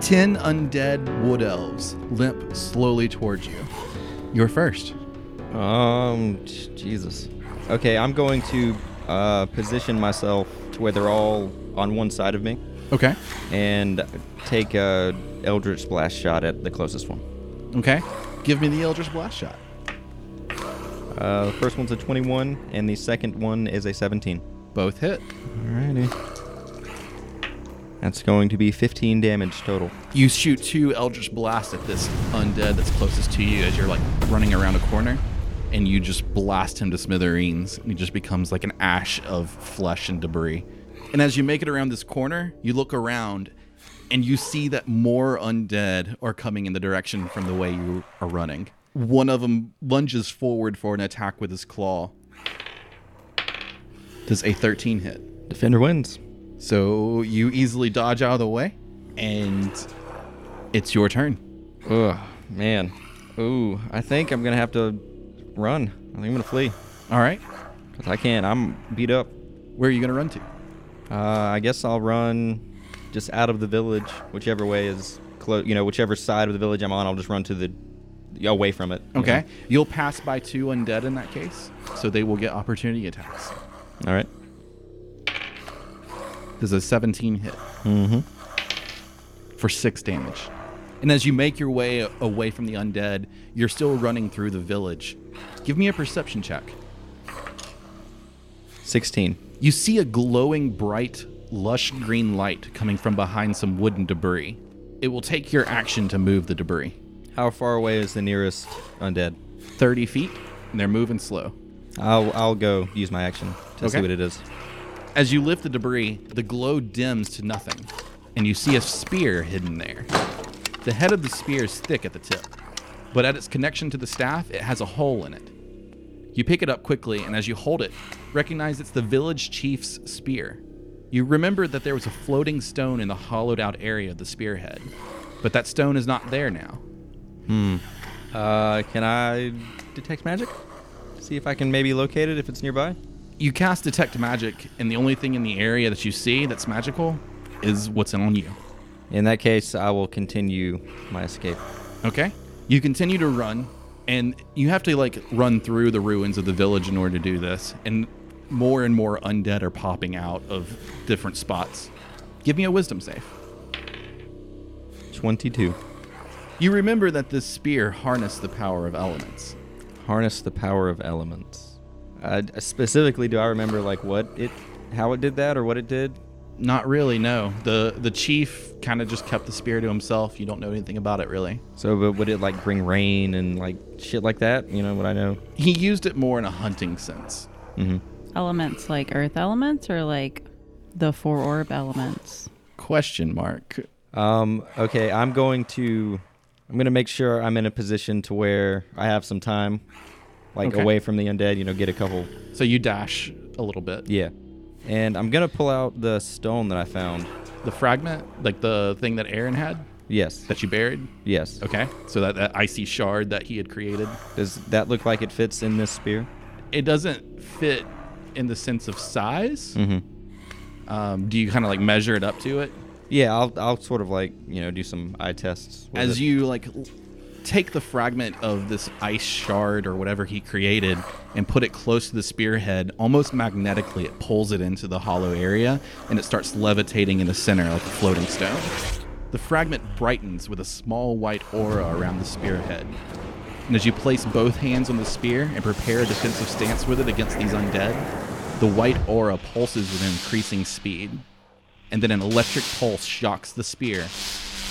Ten undead wood elves limp slowly towards you. You're first. Um, j- Jesus. Okay, I'm going to uh, position myself to where they're all on one side of me Okay. and take a Eldritch Blast shot at the closest one. Okay. Give me the Eldritch Blast shot. Uh, the first one's a 21, and the second one is a 17. Both hit. Alrighty. That's going to be 15 damage total. You shoot two Eldritch Blasts at this undead that's closest to you as you're like running around a corner, and you just blast him to smithereens. And he just becomes like an ash of flesh and debris. And as you make it around this corner, you look around and you see that more undead are coming in the direction from the way you are running. One of them lunges forward for an attack with his claw. Does a 13 hit? Defender wins. So you easily dodge out of the way, and it's your turn. Ugh, man. Ooh, I think I'm gonna have to run. I think I'm gonna flee All right. because I can't. I'm beat up. Where are you going to run to? Uh, I guess I'll run just out of the village, whichever way is close. You know, whichever side of the village I'm on, I'll just run to the away from it. you Okay. You'll pass by two undead in that case, so they will get opportunity attacks. know. All right. There's a 17 hit Mm-hmm. for six damage. And as you make your way away from the undead, you're still running through the village. Give me a perception check. 16. You see a glowing, bright, lush green light coming from behind some wooden debris. It will take your action to move the debris. How far away is the nearest undead? 30 feet, and they're moving slow. I'll I'll go use my action to Okay. see what it is. As you lift the debris, the glow dims to nothing, and you see a spear hidden there. The head of the spear is thick at the tip, but at its connection to the staff, it has a hole in it. You pick it up quickly, and as you hold it, recognize it's the village chief's spear. You remember that there was a floating stone in the hollowed out area of the spearhead, but that stone is not there now. Hmm. Uh, can I detect magic? See if I can maybe locate it if it's nearby. You cast Detect Magic, and the only thing in the area that you see that's magical is what's on you. In that case, I will continue my escape. Okay. You continue to run, and you have to like run through the ruins of the village in order to do this. And more and more undead are popping out of different spots. Give me a wisdom save. 22. You remember that this spear harnessed the power of elements. Harness the power of elements. Uh, d- specifically, do I remember like what it, how it did that, or what it did? Not really, no. The the chief kind of just kept the spear to himself. You don't know anything about it really. So, but would it like bring rain and like shit like that? You know what I know? He used it more in a hunting sense. Elements like earth elements or like the four orb elements? Question mark. Um, okay, I'm going to, I'm gonna make sure I'm in a position to where I have some time, like Okay. away from the undead. You know, get a couple So you dash a little bit. Yeah. And I'm going to pull out the stone that I found. The fragment, like the thing that Aaron had Yes. that you buried. Yes. Okay, so that, that icy shard that he had created, Does that look like it fits in this spear? it doesn't fit in the sense of size. Mhm. Um, do you kind of like measure it up to it Yeah, I'll, I'll sort of like, you know, do some eye tests. with as it. you like l- take the fragment of this ice shard or whatever he created and put it close to the spearhead? Almost magnetically, it pulls it into the hollow area and it starts levitating in the center like a floating stone. The fragment brightens with a small white aura around the spearhead. And as you place both hands on the spear and prepare a defensive stance with it against these undead, the white aura pulses with increasing speed. And then an electric pulse shocks the spear,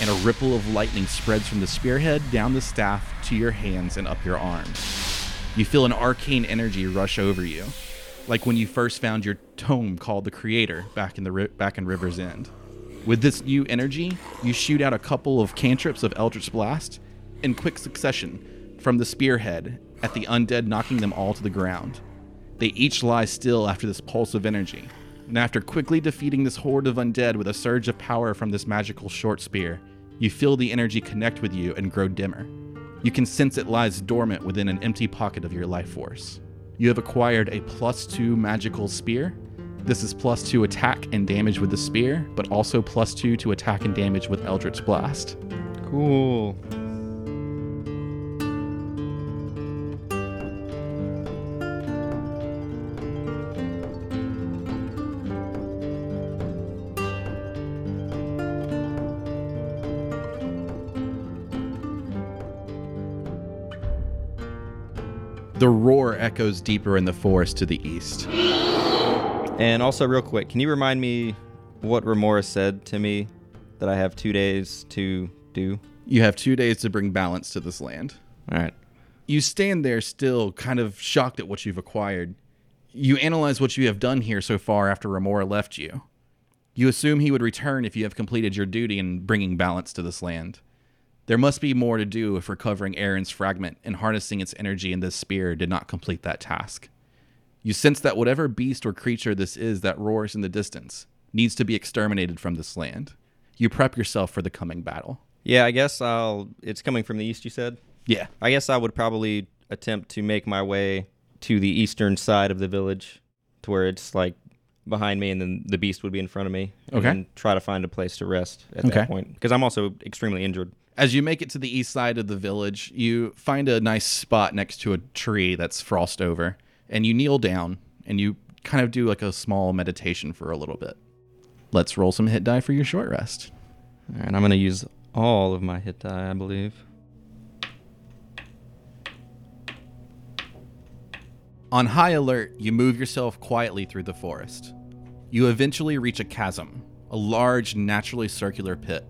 and a ripple of lightning spreads from the spearhead down the staff to your hands and up your arms. You feel an arcane energy rush over you, like when you first found your tome called the Creator back in the ri- back in River's End. With this new energy, you shoot out a couple of cantrips of Eldritch Blast in quick succession from the spearhead at the undead, knocking them all to the ground. They each lie still after this pulse of energy, and after quickly defeating this horde of undead with a surge of power from this magical short spear, you feel the energy connect with you and grow dimmer. You can sense it lies dormant within an empty pocket of your life force. You have acquired a plus two magical spear. This is plus two attack and damage with the spear, but also plus two to attack and damage with Eldritch Blast. Cool. The roar echoes deeper in the forest to the east. And also, real quick, can you remind me what Remora said to me that I have two days to do? You have two days to bring balance to this land. All right. You stand there still, kind of shocked at what you've acquired. You analyze what you have done here so far after Remora left you. You assume he would return if you have completed your duty in bringing balance to this land. There must be more to do if recovering Aaron's fragment and harnessing its energy in this spear did not complete that task. You sense that whatever beast or creature this is that roars in the distance needs to be exterminated from this land. You prep yourself for the coming battle. Yeah, I guess I'll. It's coming from the east, you said? Yeah. I guess I would probably attempt to make my way to the eastern side of the village to where it's like behind me and then the beast would be in front of me. And Okay. then try to find a place to rest at Okay. that point because I'm also extremely injured. As you make it to the east side of the village, you find a nice spot next to a tree that's frost over, and you kneel down and you kind of do like a small meditation for a little bit. Let's roll some hit die for your short rest. All right, I'm going to use all of my hit die, I believe. On high alert, you move yourself quietly through the forest. You eventually reach a chasm, a large, naturally circular pit.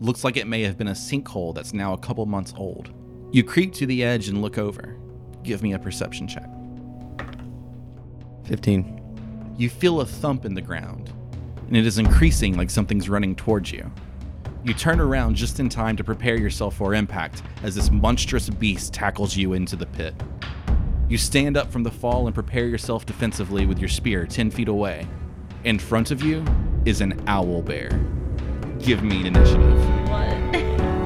Looks like it may have been a sinkhole that's now a couple months old. You creep to the edge and look over. Give me a perception check. 15. You feel a thump in the ground, and it is increasing like something's running towards you. You turn around just in time to prepare yourself for impact as this monstrous beast tackles you into the pit. You stand up from the fall and prepare yourself defensively with your spear 10 feet away. In front of you is an owl bear. Give me an initiative.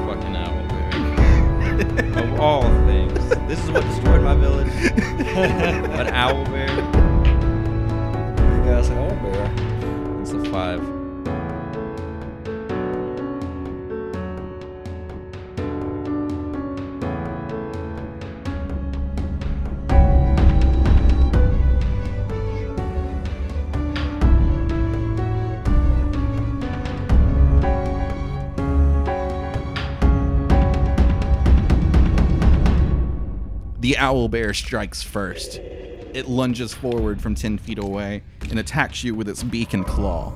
Fucking owl of all things. This is what destroyed my village. An owl bear. Big ass owl bear. It's a five. The owl bear strikes first. It lunges forward from 10 feet away and attacks you with its beak and claw.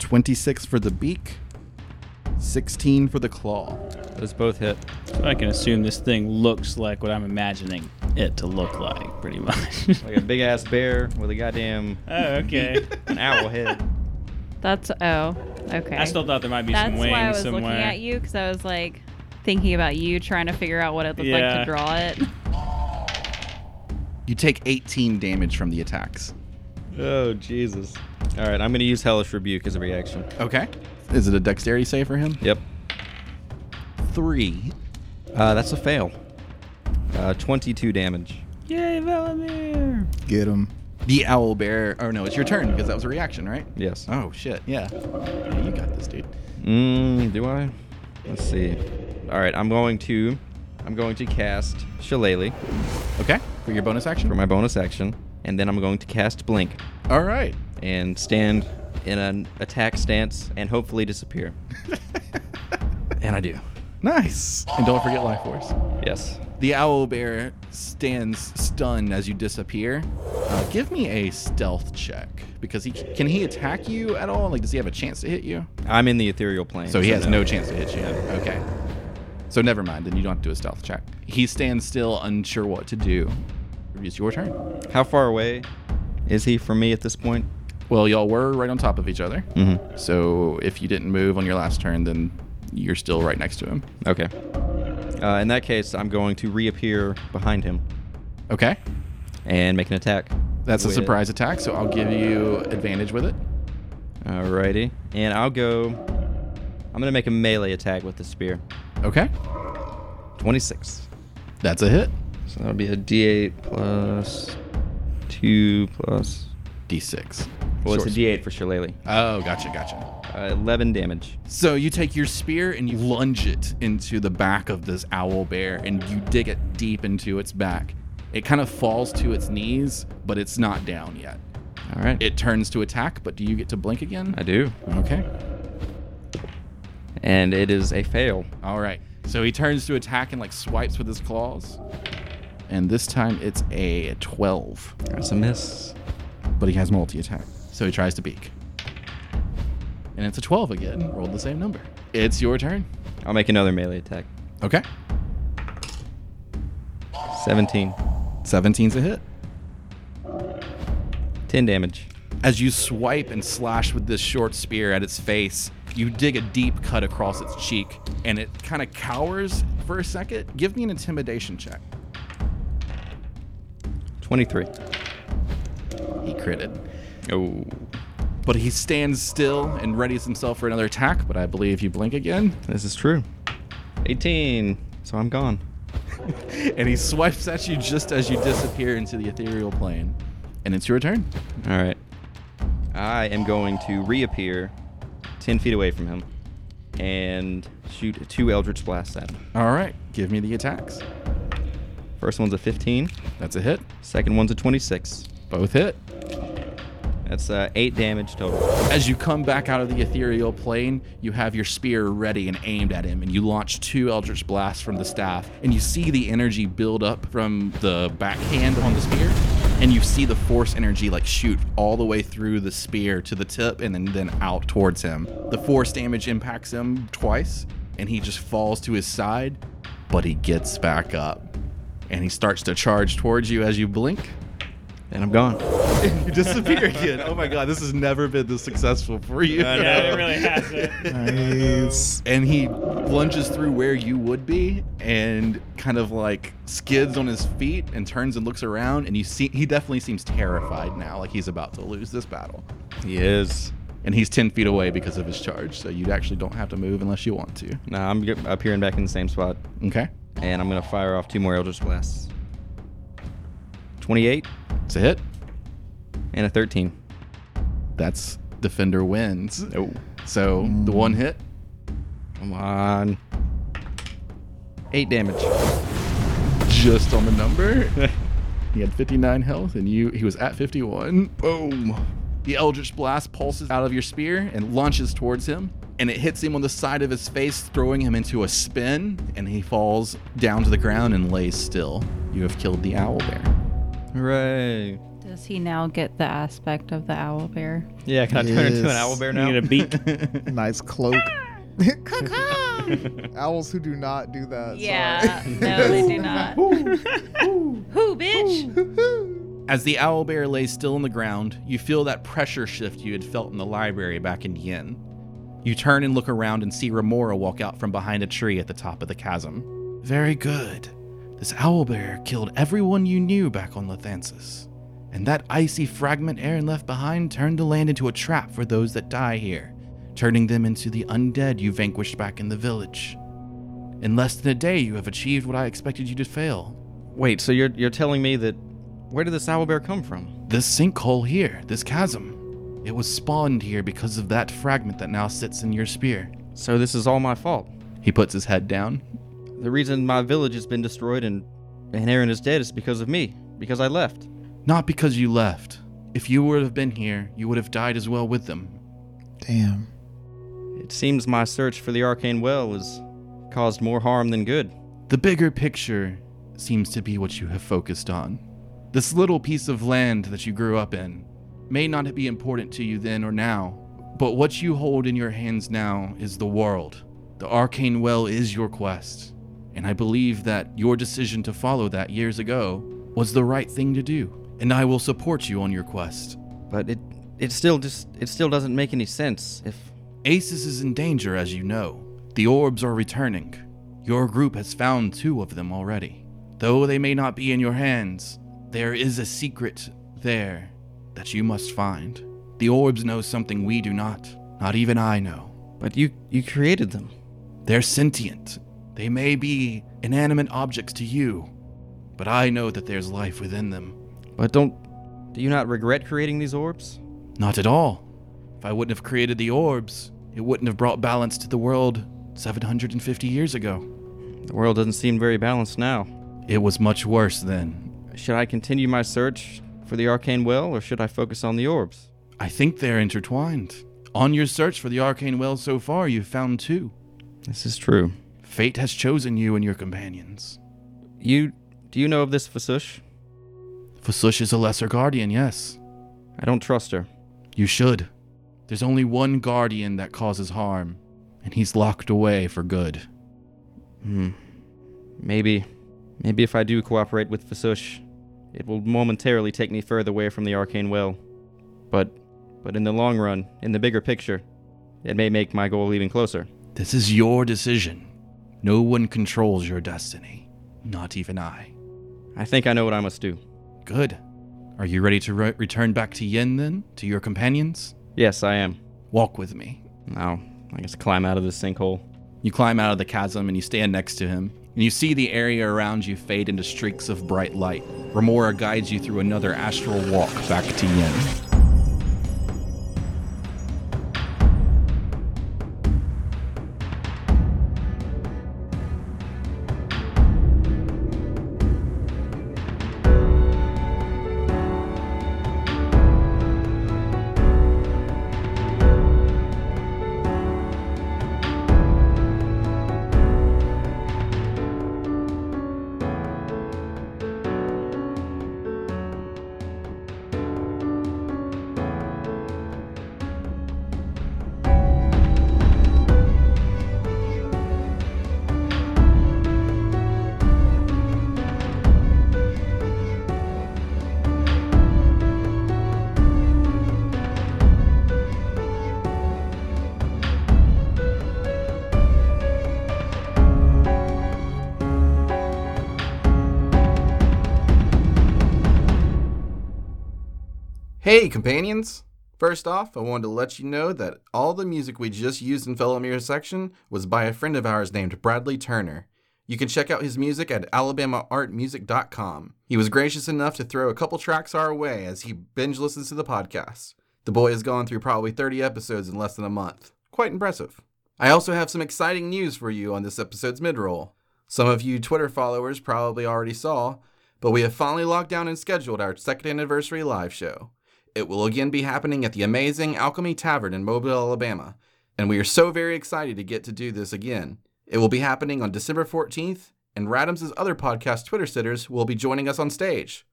26 for the beak, 16 for the claw. Those both hit. So I can assume this thing looks like what I'm imagining it to look like, pretty much. Like a big ass bear with a goddamn oh, okay. an owl head. That's oh, okay. I still thought there might be That's some why I wings was somewhere. looking at you because I was like thinking about you trying to figure out what it looked like Yeah. to draw it. You take 18 damage from the attacks. Oh Jesus. All right, I'm gonna use Hellish Rebuke as a reaction. Okay. Is it a dexterity save for him? Yep. Three. Uh, that's a fail. Uh, 22 damage. Yay, Velimir! Get him. The owl bear. Oh no, it's your turn because that was a reaction, right? Yes. Oh shit. Yeah. Yeah, you got this, dude. Mm, do I? Let's see. All right, I'm going to, I'm going to cast Shillelagh Okay. For your bonus action. for my bonus action, and then I'm going to cast Blink All right. and stand in an attack stance and hopefully disappear. and I do. Nice. And don't forget life force. Yes. The owl bear stands stunned as you disappear. Uh, give me a stealth check because he can he attack you at all? Like, does he have a chance to hit you? I'm in the ethereal plane. So he has no chance to hit you. Okay. So never mind. Then you don't have to do a stealth check. He stands still, unsure what to do. It's your turn. How far away is he from me at this point? Well, y'all were right on top of each other. Mm-hmm. So if you didn't move on your last turn, then you're still right next to him. Okay. Uh, in that case, I'm going to reappear behind him Okay. and make an attack. That's a with- surprise attack, so I'll give you advantage with it. Alrighty. And I'll go. I'm going to make a melee attack with the spear. Okay. 26. That's a hit. So that'll be a d8 plus 2 plus. D6. Well, it's Source. a d8 for Shillelagh. Oh, gotcha, gotcha. Uh, 11 damage. So you take your spear and you lunge it into the back of this owl bear and you dig it deep into its back. It kind of falls to its knees, but it's not down yet. All right. It turns to attack, but do you get to blink again? I do. Okay. And it is a fail. All right. So he turns to attack and like swipes with his claws. And this time it's a 12, That's a miss. but he has multi attack. So he tries to beak. And it's a 12 again. Rolled the same number. It's your turn. I'll make another melee attack. Okay. 17. 17's a hit. 10 damage. As you swipe and slash with this short spear at its face, you dig a deep cut across its cheek, and it kind of cowers for a second. Give me an intimidation check. 23. He critted. Oh. But he stands still and readies himself for another attack, but I believe you blink again. This is true. 18. So I'm gone. And he swipes at you just as you disappear into the ethereal plane. And it's your turn. All right. I am going to reappear 10 feet away from him and shoot two Eldritch Blasts at him. All right, give me the attacks. First one's a 15, That's a hit. second one's a 26. Both hit. That's uh, 8 damage total. As you come back out of the ethereal plane, you have your spear ready and aimed at him, and you launch two Eldritch Blasts from the staff, and you see the energy build up from the backhand on the spear, and you see the force energy like shoot all the way through the spear to the tip and then, then out towards him. The force damage impacts him twice, and he just falls to his side, but he gets back up. And he starts to charge towards you as you blink. And I'm gone. You disappear again. Oh my god, this has never been this successful for you. I know, it really has Nice. and he lunges through where you would be and kind of like skids on his feet and turns and looks around and you see he definitely seems terrified now like he's about to lose this battle He is. and he's 10 feet away because of his charge so you actually don't have to move unless you want to Nah, I'm get- appearing back in the same spot. okay And I'm going to fire off two more Eldritch Blasts 28 it's a hit and a 13. that's defender wins so the one hit Oh. Come on. 8 damage. just on the number. he had 59 health, and you he was at 51. Boom. The Eldritch Blast pulses out of your spear and launches towards him, and it hits him on the side of his face, throwing him into a spin, and he falls down to the ground and lays still. You have killed the owl bear. Hooray. Does he now get the aspect of the owl bear? Yeah, can I turn into an Yes. owl bear it. You now? get a beak. Nice cloak. Owls who do not do that. Yeah. no, they do not. Who, bitch? As the owl bear lays still on the ground, you feel that pressure shift you had felt in the library back in Yin. You turn and look around and see Remora walk out from behind a tree at the top of the chasm. Very good. This owl bear killed everyone you knew back on Lathansis. And that icy fragment Aaron left behind turned the land into a trap for those that die here, turning them into the undead you vanquished back in the village. In less than a day, you have achieved what I expected you to fail, Wait, so you're you're telling me that where did this owl bear come from? This sinkhole here, this chasm, it was spawned here because of that fragment that now sits in your spear. So this is all my fault. He puts his head down. The reason my village has been destroyed and and Aaron is dead is because of me, because I left. Not because you left. If you would have been here, you would have died as well with them. Damn. It seems my search for the arcane well has caused more harm than good. The bigger picture seems to be what you have focused on. This little piece of land that you grew up in may not be important to you then or now, but what you hold in your hands now is the world. The arcane well is your quest, and I believe that your decision to follow that years ago was the right thing to do, and I will support you on your quest. But it it still just it still doesn't make any sense. If Aces is in danger, as you know. The orbs are returning. Your group has found two of them already. Though they may not be in your hands, there is a secret there that you must find. The orbs know something we do not, not even I know. but you you created them. They're sentient. They may be inanimate objects to you, but I know that there's life within them. But don't do you not regret creating these orbs? Not at all. If I wouldn't have created the orbs, it wouldn't have brought balance to the world 750 years ago. The world doesn't seem very balanced now. It was much worse then. Should I continue my search for the arcane well or should I focus on the orbs? I think they're intertwined. On your search for the arcane well so far, you've found two. This is true. Fate has chosen you and your companions. You do you know of this Fasush? Fasush is a lesser guardian, yes. I don't trust her. You should. There's only one guardian that causes harm, and he's locked away for good. Hmm. Maybe maybe if I do cooperate with Fasush, it will momentarily take me further away from the arcane well. But but in the long run, in the bigger picture, it may make my goal even closer. This is your decision. No one controls your destiny, not even I. I think I know what I must do. Good. Are you ready to re- return back to Yin then, to your companions? Yes, I am. Walk with me. Now, I guess climb out of this sinkhole. You climb out of the chasm and you stand next to him, and you see the area around you fade into streaks of bright light. Remora guides you through another astral walk back to Yin. Hey, companions! First off, I wanted to let you know that all the music we just used in Fellowmire's section was by a friend of ours named Bradley Turner. You can check out his music at alabamaartmusic.com. He was gracious enough to throw a couple tracks our way as he binge listens to the podcast. The boy has gone through probably 30 episodes in less than a month. Quite impressive. I also have some exciting news for you on this episode's midroll. Some of you Twitter followers probably already saw, but we have finally locked down and scheduled our second anniversary live show. It will again be happening at the amazing Alchemy Tavern in Mobile, Alabama, and we are so very excited to get to do this again. It will be happening on December 14th, and Radams' other podcast, Twitter Sitters, will be joining us on stage.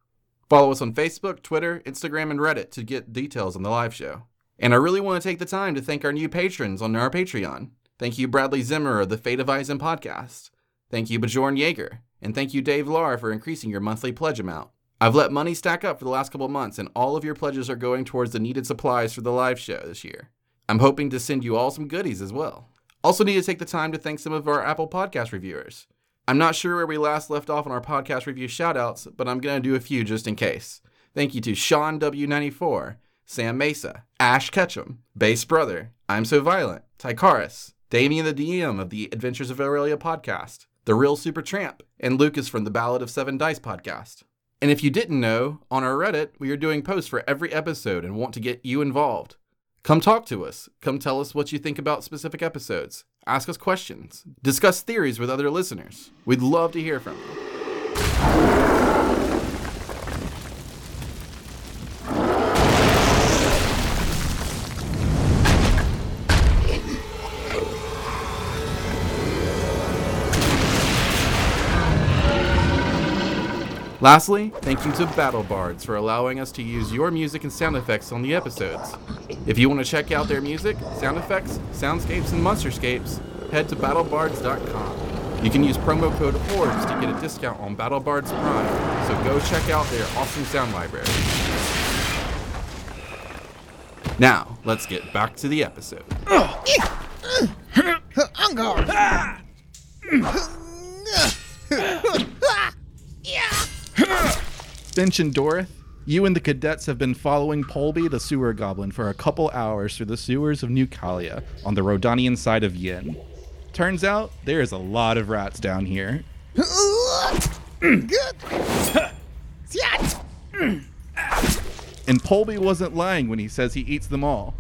Follow us on Facebook, Twitter, Instagram, and Reddit to get details on the live show. And I really want to take the time to thank our new patrons on our Patreon. Thank you, Bradley Zimmer of the Fate of Eisen podcast. Thank you, Bjorn Yeager. And thank you, Dave Lar, for increasing your monthly pledge amount. I've let money stack up for the last couple of months, and all of your pledges are going towards the needed supplies for the live show this year. I'm hoping to send you all some goodies as well. Also, need to take the time to thank some of our Apple Podcast reviewers. I'm not sure where we last left off on our podcast review shoutouts, but I'm going to do a few just in case. Thank you to Sean W94, Sam Mesa, Ash Ketchum, Bass Brother, I'm So Violent, Tycharis, Damien the DM of the Adventures of Aurelia podcast, The Real Super Tramp, and Lucas from the Ballad of Seven Dice podcast. And if you didn't know, on our Reddit, we are doing posts for every episode and want to get you involved. Come talk to us. Come tell us what you think about specific episodes. Ask us questions. Discuss theories with other listeners. We'd love to hear from you. Lastly, thank you to Battle Bards for allowing us to use your music and sound effects on the episodes. If you want to check out their music, sound effects, soundscapes, and monsterscapes, head to battlebards.com. You can use promo code ORBS to get a discount on Battle Bards Prime, so go check out their awesome sound library. Now, let's get back to the episode. Finch and Dorith, you and the cadets have been following Polby the sewer goblin for a couple hours through the sewers of New Kalia on the Rodanian side of Yin. Turns out there is a lot of rats down here. And Polby wasn't lying when he says he eats them all.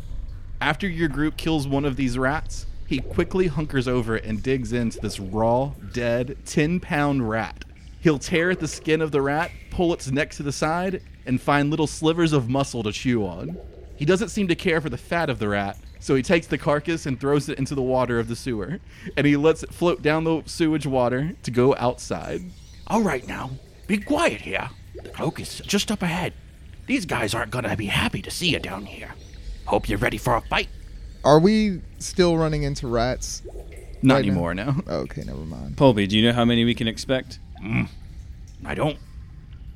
After your group kills one of these rats, he quickly hunkers over and digs into this raw, dead, 10 pound rat. He'll tear at the skin of the rat, pull its neck to the side, and find little slivers of muscle to chew on. He doesn't seem to care for the fat of the rat, so he takes the carcass and throws it into the water of the sewer, and he lets it float down the sewage water to go outside. All right, now, be quiet here. The cloak is just up ahead. These guys aren't gonna be happy to see you down here. Hope you're ready for a fight. Are we still running into rats? Not Right now. anymore, no. Okay, never mind. Polby, do you know how many we can expect? Mm. I don't.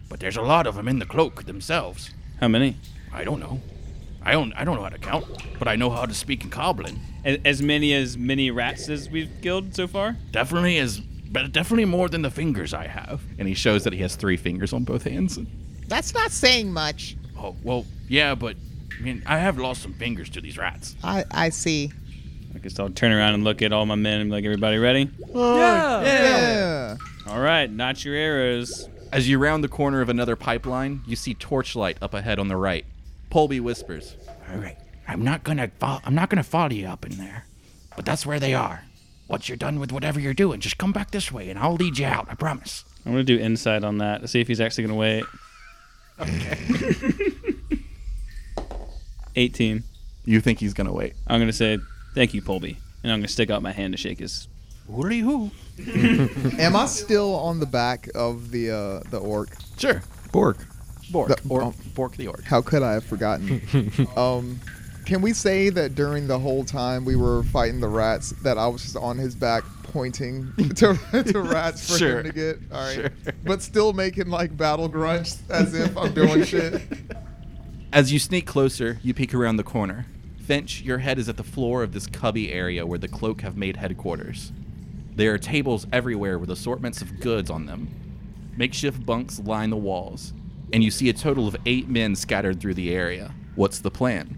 But there's a lot of them in the cloak themselves. How many? I don't know. I don't. I don't know how to count, but I know how to speak in Goblin. As, as many as many rats as we've killed so far? Definitely is, but definitely more than the fingers I have. And he shows that he has three fingers on both hands. That's not saying much. Oh well, yeah, but I mean, I have lost some fingers to these rats. I I see. I guess I'll turn around and look at all my men and be like, everybody ready? Yeah. All right, not your arrows. As you round the corner of another pipeline, you see torchlight up ahead on the right. Polby whispers, All right, I'm not gonna. Fo- I'm not gonna follow you up in there, but that's where they are. Once you're done with whatever you're doing, just come back this way, and I'll lead you out. I promise. I'm gonna do insight on that to see if he's actually gonna wait. Okay. 18. You think he's gonna wait. I'm gonna say thank you, Polby, and I'm gonna stick out my hand to shake his. Hooly hoo. Am I still on the back of the uh, the orc? Sure. Bork. Bork. The- or, um, Bork the orc. How could I have forgotten? um, can we say that during the whole time we were fighting the rats, that I was just on his back pointing to, to rats for Sure. him to get? All right, but still making like battle grunts as if I'm doing shit. As you sneak closer, you peek around the corner. Finch, your head is at the floor of this cubby area where the cloak have made headquarters. There are tables everywhere with assortments of goods on them. Makeshift bunks line the walls, and you see a total of eight men scattered through the area. What's the plan?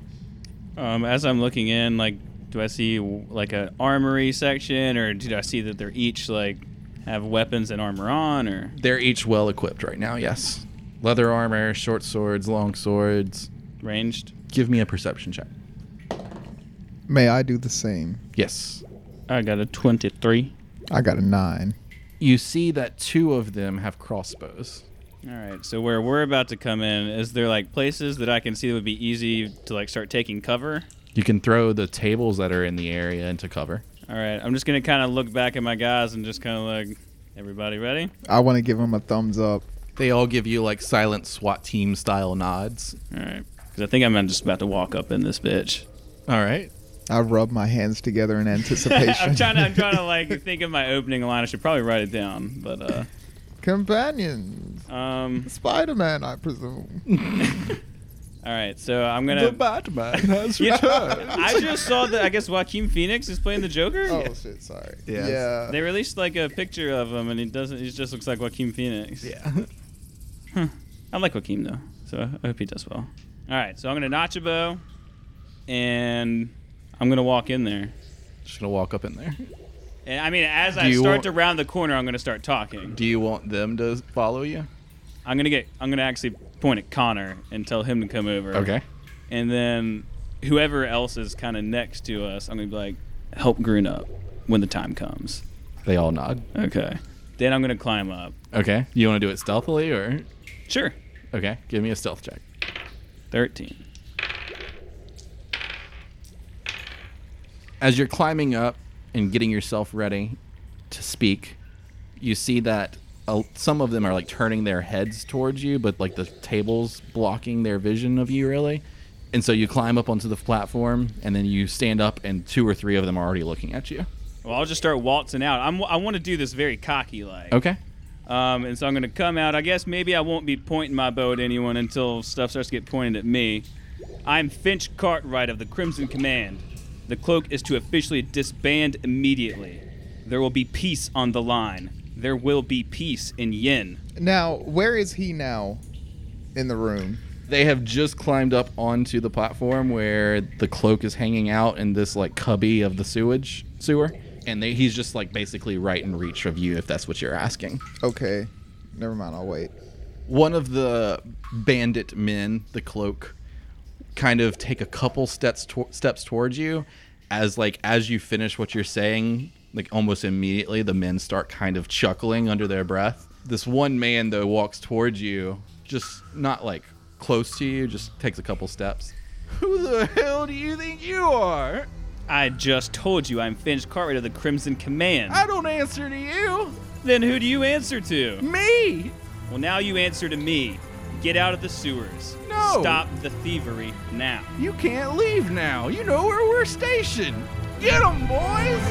Um, as I'm looking in, like, do I see like an armory section, or do I see that they're each like have weapons and armor on, or They're each well equipped right now, yes. Leather armor, short swords, long swords. ranged? Give me a perception check. May I do the same? Yes. I got a 23. I got a nine. You see that two of them have crossbows. All right, so where we're about to come in, is there like places that I can see that would be easy to like start taking cover? You can throw the tables that are in the area into cover. All right, I'm just gonna kind of look back at my guys and just kind of like, everybody ready? I want to give him a thumbs up. They all give you like silent SWAT team style nods. All right, because I think I'm just about to walk up in this bitch. All right. I rub my hands together in anticipation. I'm trying to, I'm trying to like think of my opening line. I should probably write it down, but Companions, uh, um, Spider-Man, I presume. all right, so I'm gonna. Batman has You- I just saw that. I guess Joaquin Phoenix is playing the Joker. Oh shit! Sorry. Yes. Yeah. They released like a picture of him, and he doesn't. He just looks like Joaquin Phoenix. Yeah. I like Joaquin though, so I hope he does well. All right, so I'm gonna notch a bow, and I'm gonna walk in there. Just gonna walk up in there. And I mean, as Do I you start want- to round the corner, I'm gonna start talking. Do you want them to follow you? I'm gonna get. I'm gonna actually point at Connor and tell him to come over. And then whoever else is kind of next to us, I'm gonna be like, help Grun up when the time comes. They all nod. Okay. Then I'm gonna climb up. Okay. You want to do it stealthily or? Sure. Okay. Give me a stealth check. 13. as you're climbing up and getting yourself ready to speak, you see that uh, some of them are like turning their heads towards you, but like the tables blocking their vision of you, really. And so you climb up onto the platform, and then you stand up, and two or three of them are already looking at you. Well, I'll just start waltzing out. I'm, I want to do this very cocky like. Okay. Um, and so I'm going to come out. I guess maybe I won't be pointing my bow at anyone until stuff starts to get pointed at me. I'm Finch Cartwright of the Crimson Command. The cloak is to officially disband immediately. There will be peace on the line. There will be peace in Yin. Now, where is he now in the room? They have just climbed up onto the platform where the cloak is hanging out in this like cubby of the sewage sewer, and they, he's just like basically right in reach of you if that's what you're asking. Okay. Never mind, I'll wait. one of the bandit men, the cloak, kind of take a couple steps to- steps towards you, as like as you finish what you're saying, like almost immediately the men start kind of chuckling under their breath. This one man though walks towards you, just not like close to you, just takes a couple steps. Who the hell do you think you are? I just told you I'm Finch Cartwright of the Crimson Command. I don't answer to you. Then who do you answer to? Me. Well, now you answer to me. Get out of the sewers. No. Stop the thievery now. You can't leave now. You know where we're stationed. Get 'em, boys.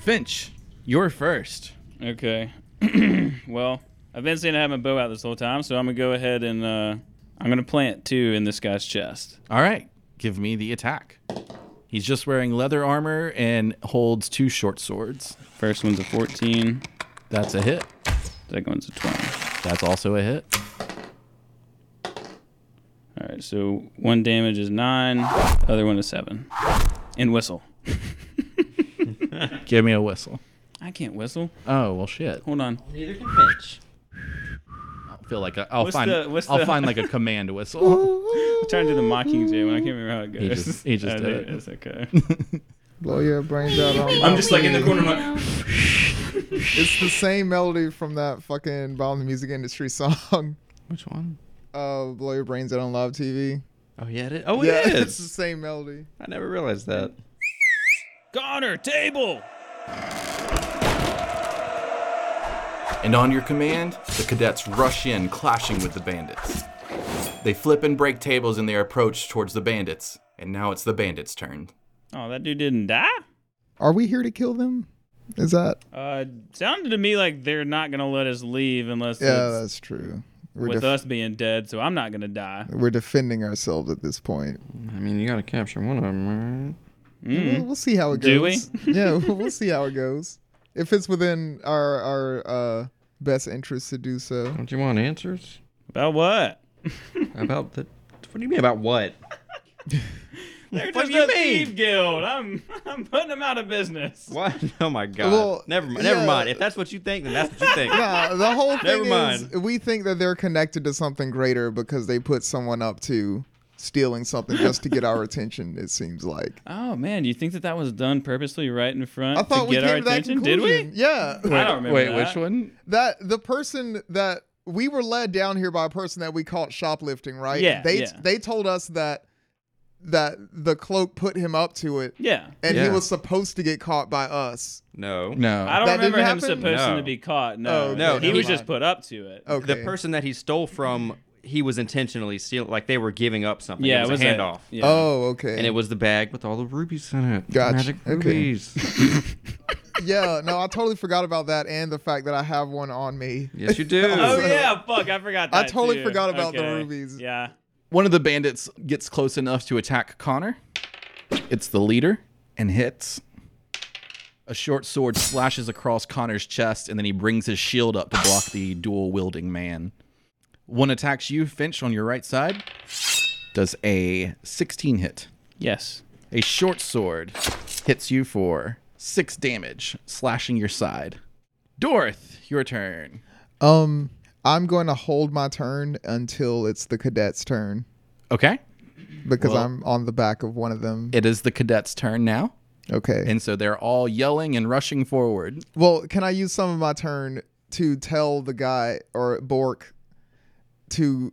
Finch, you're first. Okay. well, I've been saying I have my bow out this whole time, so I'm gonna go ahead and uh, I'm gonna plant two in this guy's chest. All right, give me the attack. He's just wearing leather armor and holds two short swords. First one's a 14. That's a hit. Second one's a 20. That's also a hit. All right, so one damage is nine, the other one is seven. And whistle. Give me a whistle. I can't whistle. Oh well, shit. Hold on. Neither can Finch. I feel like i I'll What's find the- what's I'll the- find like a command whistle. I'm trying to do the mocking jam. I can't remember how it goes. just- he just Oh, did there it. is, okay. Blow your brains out on I'm just like in the corner. I'm like, It's the same melody from that fucking Bomb the Music Industry song. Which one? Uh, blow your brains out on live TV. Oh yeah, it is. Oh yeah, it it's the is. same melody. I never realized that. Goner table. And on your command, the cadets rush in, clashing with the bandits. They flip and break tables in their approach towards the bandits, and now it's the bandits' turn. Oh, that dude didn't die. Are we here to kill them? Is that? Uh, sounded to me like they're not gonna let us leave unless Yeah, it's that's true. We're, with def- us being dead. So I'm not gonna die. we're defending ourselves at this point. I mean, you gotta capture one of them, right? We'll, we'll see how it Mm. Do we? goes. yeah, we'll see how it goes. If it's within our our uh, best interest to do so. Don't you want answers About what? about the? What do you mean about what? They're just What do you a mean? thief guild. I'm I'm putting them out of business. What? Oh my god. Well, never mind. Never yeah. mind. If that's what you think, then that's what you think. Nah, the whole thing Never is mind. we think that they're connected to something greater because they put someone up to stealing something just to get our attention. It seems like. Oh man, you think that that was done purposely right in front I thought to we get came our to that attention? Did conclusion. we? Yeah. I don't remember Wait, that. which one? that the person that we were led down here by a person that we caught shoplifting, right? Yeah, They yeah. they told us that that the cloak put him up to it, Yeah. and he Yeah. was supposed to get caught by us. No. No. I That don't didn't remember him happen? supposed No. to be caught. Uh, No, Oh, okay, No, he never mind. was just put up to it. Okay. The person that he stole from, he was intentionally stealing. Like they were giving up something. yeah, it was, a handoff. yeah. Oh, okay. And it was the bag with all the rubies in it. Gotcha. Magic Okay. rubies. yeah, no, I totally forgot about that, and the fact that I have one on me. yes, you do. Oh yeah, fuck! I forgot I that. totally too. forgot about the Okay. rubies. Yeah. One of the bandits gets close enough to attack Connor. It's the leader and hits. A short sword slashes across Connor's chest, and then he brings his shield up to block the dual wielding man. One attacks you, Finch, on your right side. Does a 16 hit. Yes. A short sword hits you for six damage, slashing your side. Dorth, your turn. Um, I'm going to hold my turn until it's the cadet's turn Okay. because I'm on the back of one of them. It is the cadet's turn now. Okay. And so they're all yelling and rushing forward. Well, can I use some of my turn to tell the guy or Bork to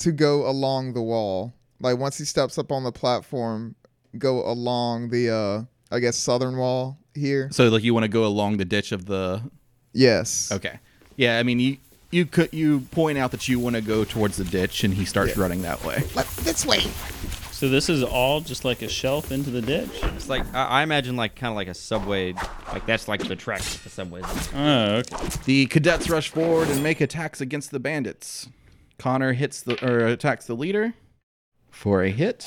to go along the wall? Like once he steps up on the platform, go along the uh I guess southern wall here. So like you want to go along the ditch of the Yes. Okay. Yeah, I mean you you could you point out that you want to go towards the ditch and he starts running that way. Look this way. So this is all just like a shelf into the ditch. It's like I, I imagine like kind of like a subway, like that's like the track the subways. Oh, okay. The cadets rush forward and make attacks against the bandits. Connor hits the or attacks the leader for a hit.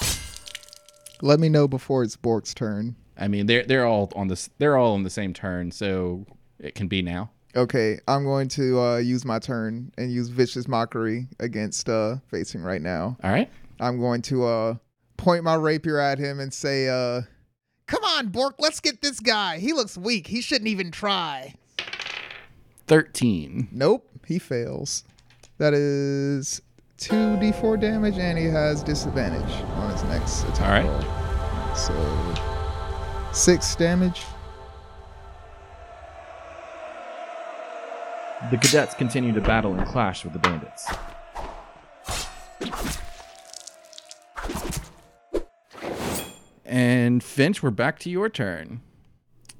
Let me know before it's Bork's turn. I mean, they're they're all on this. They're all on the same turn, so it can be now. Okay, I'm going to uh, use my turn and use vicious mockery against uh, facing right now. All right. I'm going to uh, point my rapier at him and say, uh, "Come on, Bork, let's get this guy. He looks weak. He shouldn't even try." Thirteen. Nope, he fails. That is two d4 damage, and he has disadvantage on his next attack All roll. So six damage. The cadets continue to battle and clash with the bandits. And Finch, we're back to your turn.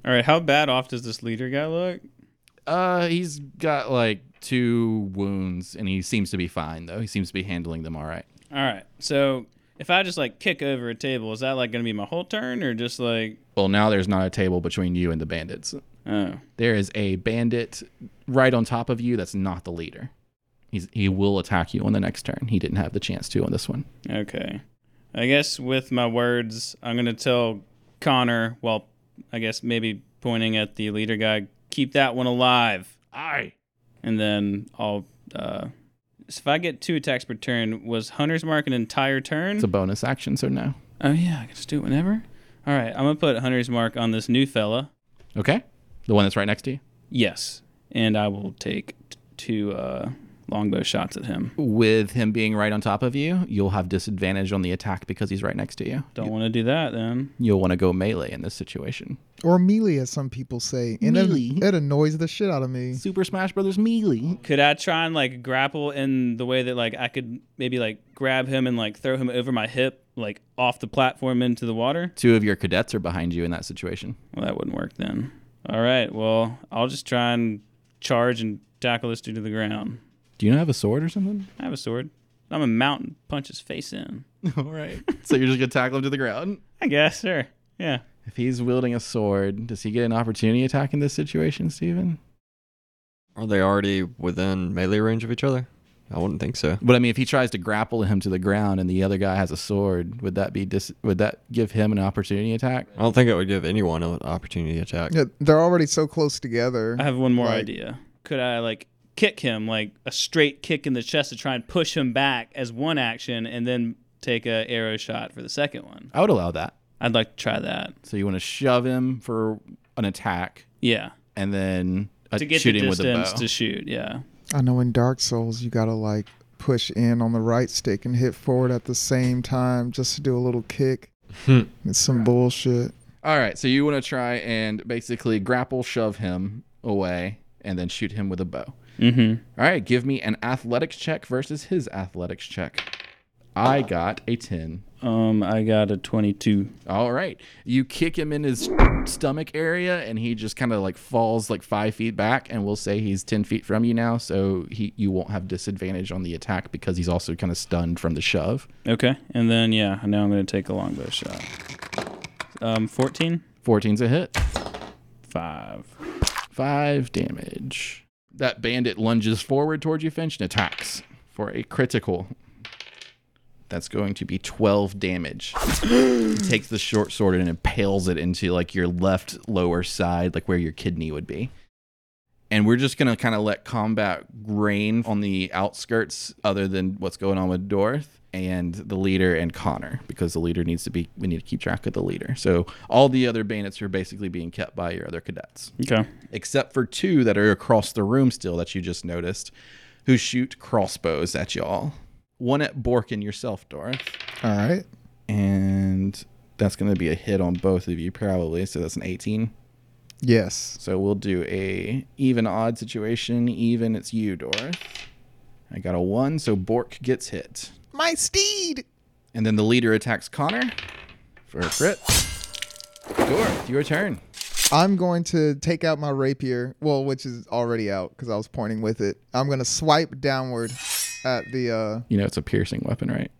All right. How bad off does this leader guy look? Uh, he's got like two wounds, and he seems to be fine though. He seems to be handling them all right. All right. So if I just like kick over a table, is that like going to be my whole turn or just like? Well, now there's not a table between you and the bandits. Oh. There is a bandit right on top of you. That's not the leader. He's he will attack you on the next turn. He didn't have the chance to on this one. Okay. I guess with my words, I'm going to tell Connor, well, I guess maybe pointing at the leader guy, keep that one alive. Aye. And then I'll. Uh, so if I get two attacks per turn, was Hunter's Mark an entire turn? It's a bonus action, so no. oh, yeah. I can just do it whenever. All right. I'm going to put Hunter's Mark on this new fella. Okay, the one that's right next to you Yes. And I will take t- two uh, longbow shots at him. with him being right on top of you, you'll have disadvantage on the attack because he's right next to you. Don't want to do that then. You'll want to go melee in this situation. Or melee, as some people say. And it- Melee. It, annoys the shit out of me. Super Smash Brothers melee. Could I try and like grapple in the way that like I could maybe like grab him and like throw him over my hip, like off the platform into the water? Two of your cadets are behind you in that situation. Well, that wouldn't work then. All right. Well, I'll just try and charge and tackle this dude to the ground. Do you not have a sword or something? I have a sword. I'm a mountain. Punch his face in. All right. so you're just gonna tackle him to the ground. I guess, sure. Yeah. If he's wielding a sword, does he get an opportunity attack in this situation, Steven? Are they already within melee range of each other? I wouldn't think so. But I mean, if he tries to grapple him to the ground and the other guy has a sword, would that be dis- would that give him an opportunity attack? I don't think it would give anyone an opportunity to attack. Yeah, they're already so close together. I have one more Like- idea. Could I like kick him like a straight kick in the chest to try and push him back as one action, and then take a arrow shot for the second one? I would allow that. I'd like to try that. So you want to shove him for an attack Yeah. and then uh, to get shoot the him with a distance bow. to shoot. Yeah. I know in Dark Souls you gotta like push in on the right stick and hit forward at the same time just to do a little kick. it's some bullshit. All right, so you want to try and basically grapple shove him away and then shoot him with a bow. Mm-hmm. All right, give me an athletics check versus his athletics check. I got a 10. Um, I got a 22. All right. You kick him in his stomach area, and he just kind of like falls like five feet back, and we'll say he's ten feet from you now, so he you won't have disadvantage on the attack because he's also kind of stunned from the shove. Okay, and then yeah, now I'm gonna take a longbow shot. Um, 14, 14's a hit. five. Five damage. That bandit lunges forward towards you, Finch, and attacks for a critical. That's going to be 12 damage. he takes the short sword and impales it into like your left lower side, like where your kidney would be. And we're just going to kind of let combat reign on the outskirts, other than what's going on with Dorth and the leader and Connor, because the leader needs to be, we need to keep track of the leader. So all the other bandits are basically being kept by your other cadets Okay. except for two that are across the room still that you just noticed, who shoot crossbows at y'all. One at Bork and yourself, Dorth. All right. And that's going to be a hit on both of you, probably. So that's an 18. Yes. So we'll do a even odd situation. Even it's you, Dorth. I got a one, so Bork gets hit. My steed. And then the leader attacks Connor for a crit. Dorth, your turn. I'm going to take out my rapier, well, which is already out because I was pointing with it. I'm gonna swipe downward at the You know it's a piercing weapon, right?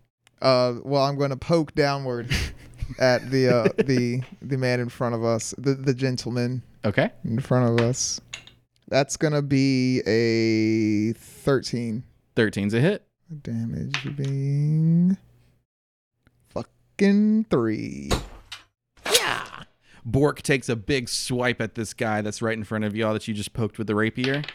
uh Uh, well, I'm going to poke downward at the uh, the the man in front of us, the the gentleman Okay. in front of us. That's going to be a 13 13's a hit. damage being fucking 3. Bork takes a big swipe at this guy that's right in front of y'all that you just poked with the rapier.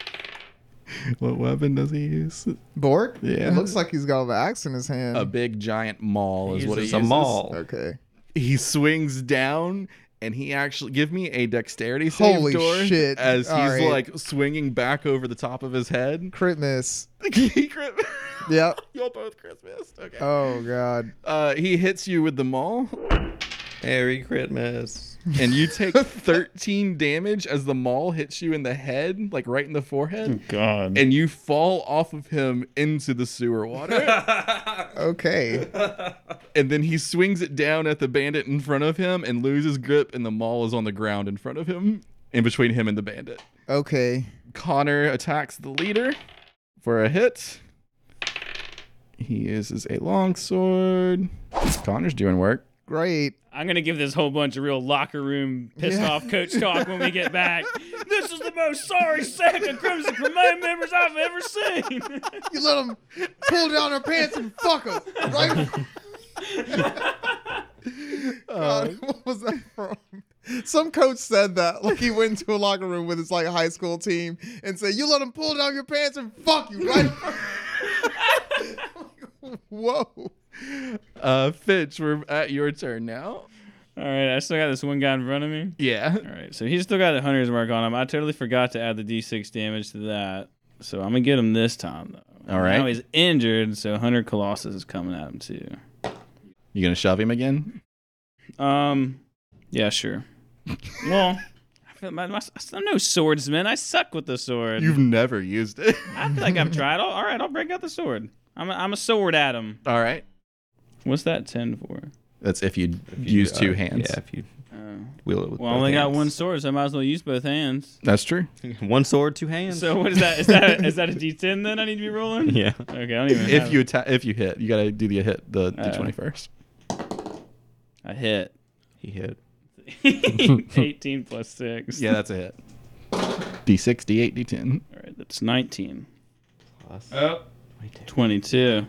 What weapon does he use? Bork? Yeah. It looks like he's got the axe in his hand. A big giant maul is what he Uses uses. a maul. okay. He swings down and he actually give me a dexterity save Holy door shit. as All he's right. like swinging back over the top of his head. Crit miss. He crit- Yep. Y'all both Christmas. Okay. Oh god. Uh, he hits you with the maul, Merry Christmas. and you take 13 damage as the maul hits you in the head, like right in the forehead, Oh, God. and you fall off of him into the sewer water. Hmm. Okay. and then he swings it down at the bandit in front of him and loses grip, and the maul is on the ground in front of him, in between him and the bandit. Okay. Connor attacks the leader for a hit. He uses a longsword. Connor's doing work. Great. I'm gonna give this whole bunch of real locker room pissed off coach talk when we get back. this is the most sorry sack of Crimson Cremade members I've ever seen. You let him pull down her pants and fuck her, right? God, what was that from? Some coach said that, like he went into a locker room with his like high school team and said, "You let him pull down your pants and fuck you, right?" Whoa. Uh, Fitch, we're at your turn now. All right, I still got this one guy in front of me. Yeah. All right, so he's still got the hunter's mark on him. I totally forgot to add the d6 damage to that, so I'm gonna get him this time though. All right. Now he's injured, so Hunter Colossus is coming at him too. You gonna shove him again? Um, yeah, sure. well, I feel my, my, I'm no swordsman. I suck with the sword. You've never used it. I feel like I've tried. All, all right, I'll break out the sword. I'm a, I'm a sword Adam. All right. What's that ten for? That's if you use two hands. uh, Yeah, if you Oh. wheel it with Well, I both only got hands. one sword, so I might as well use both hands. That's true. One sword, two hands. So what is that? Is that is that a D10 then? I need to be rolling. yeah. Okay, I don't even. If have you it. atta- if you hit, you gotta do the hit the d twenty first. I hit. He hit. 18 plus six. Yeah, that's a hit. D six, D eight, D ten. All right, that's 19. Plus. 22.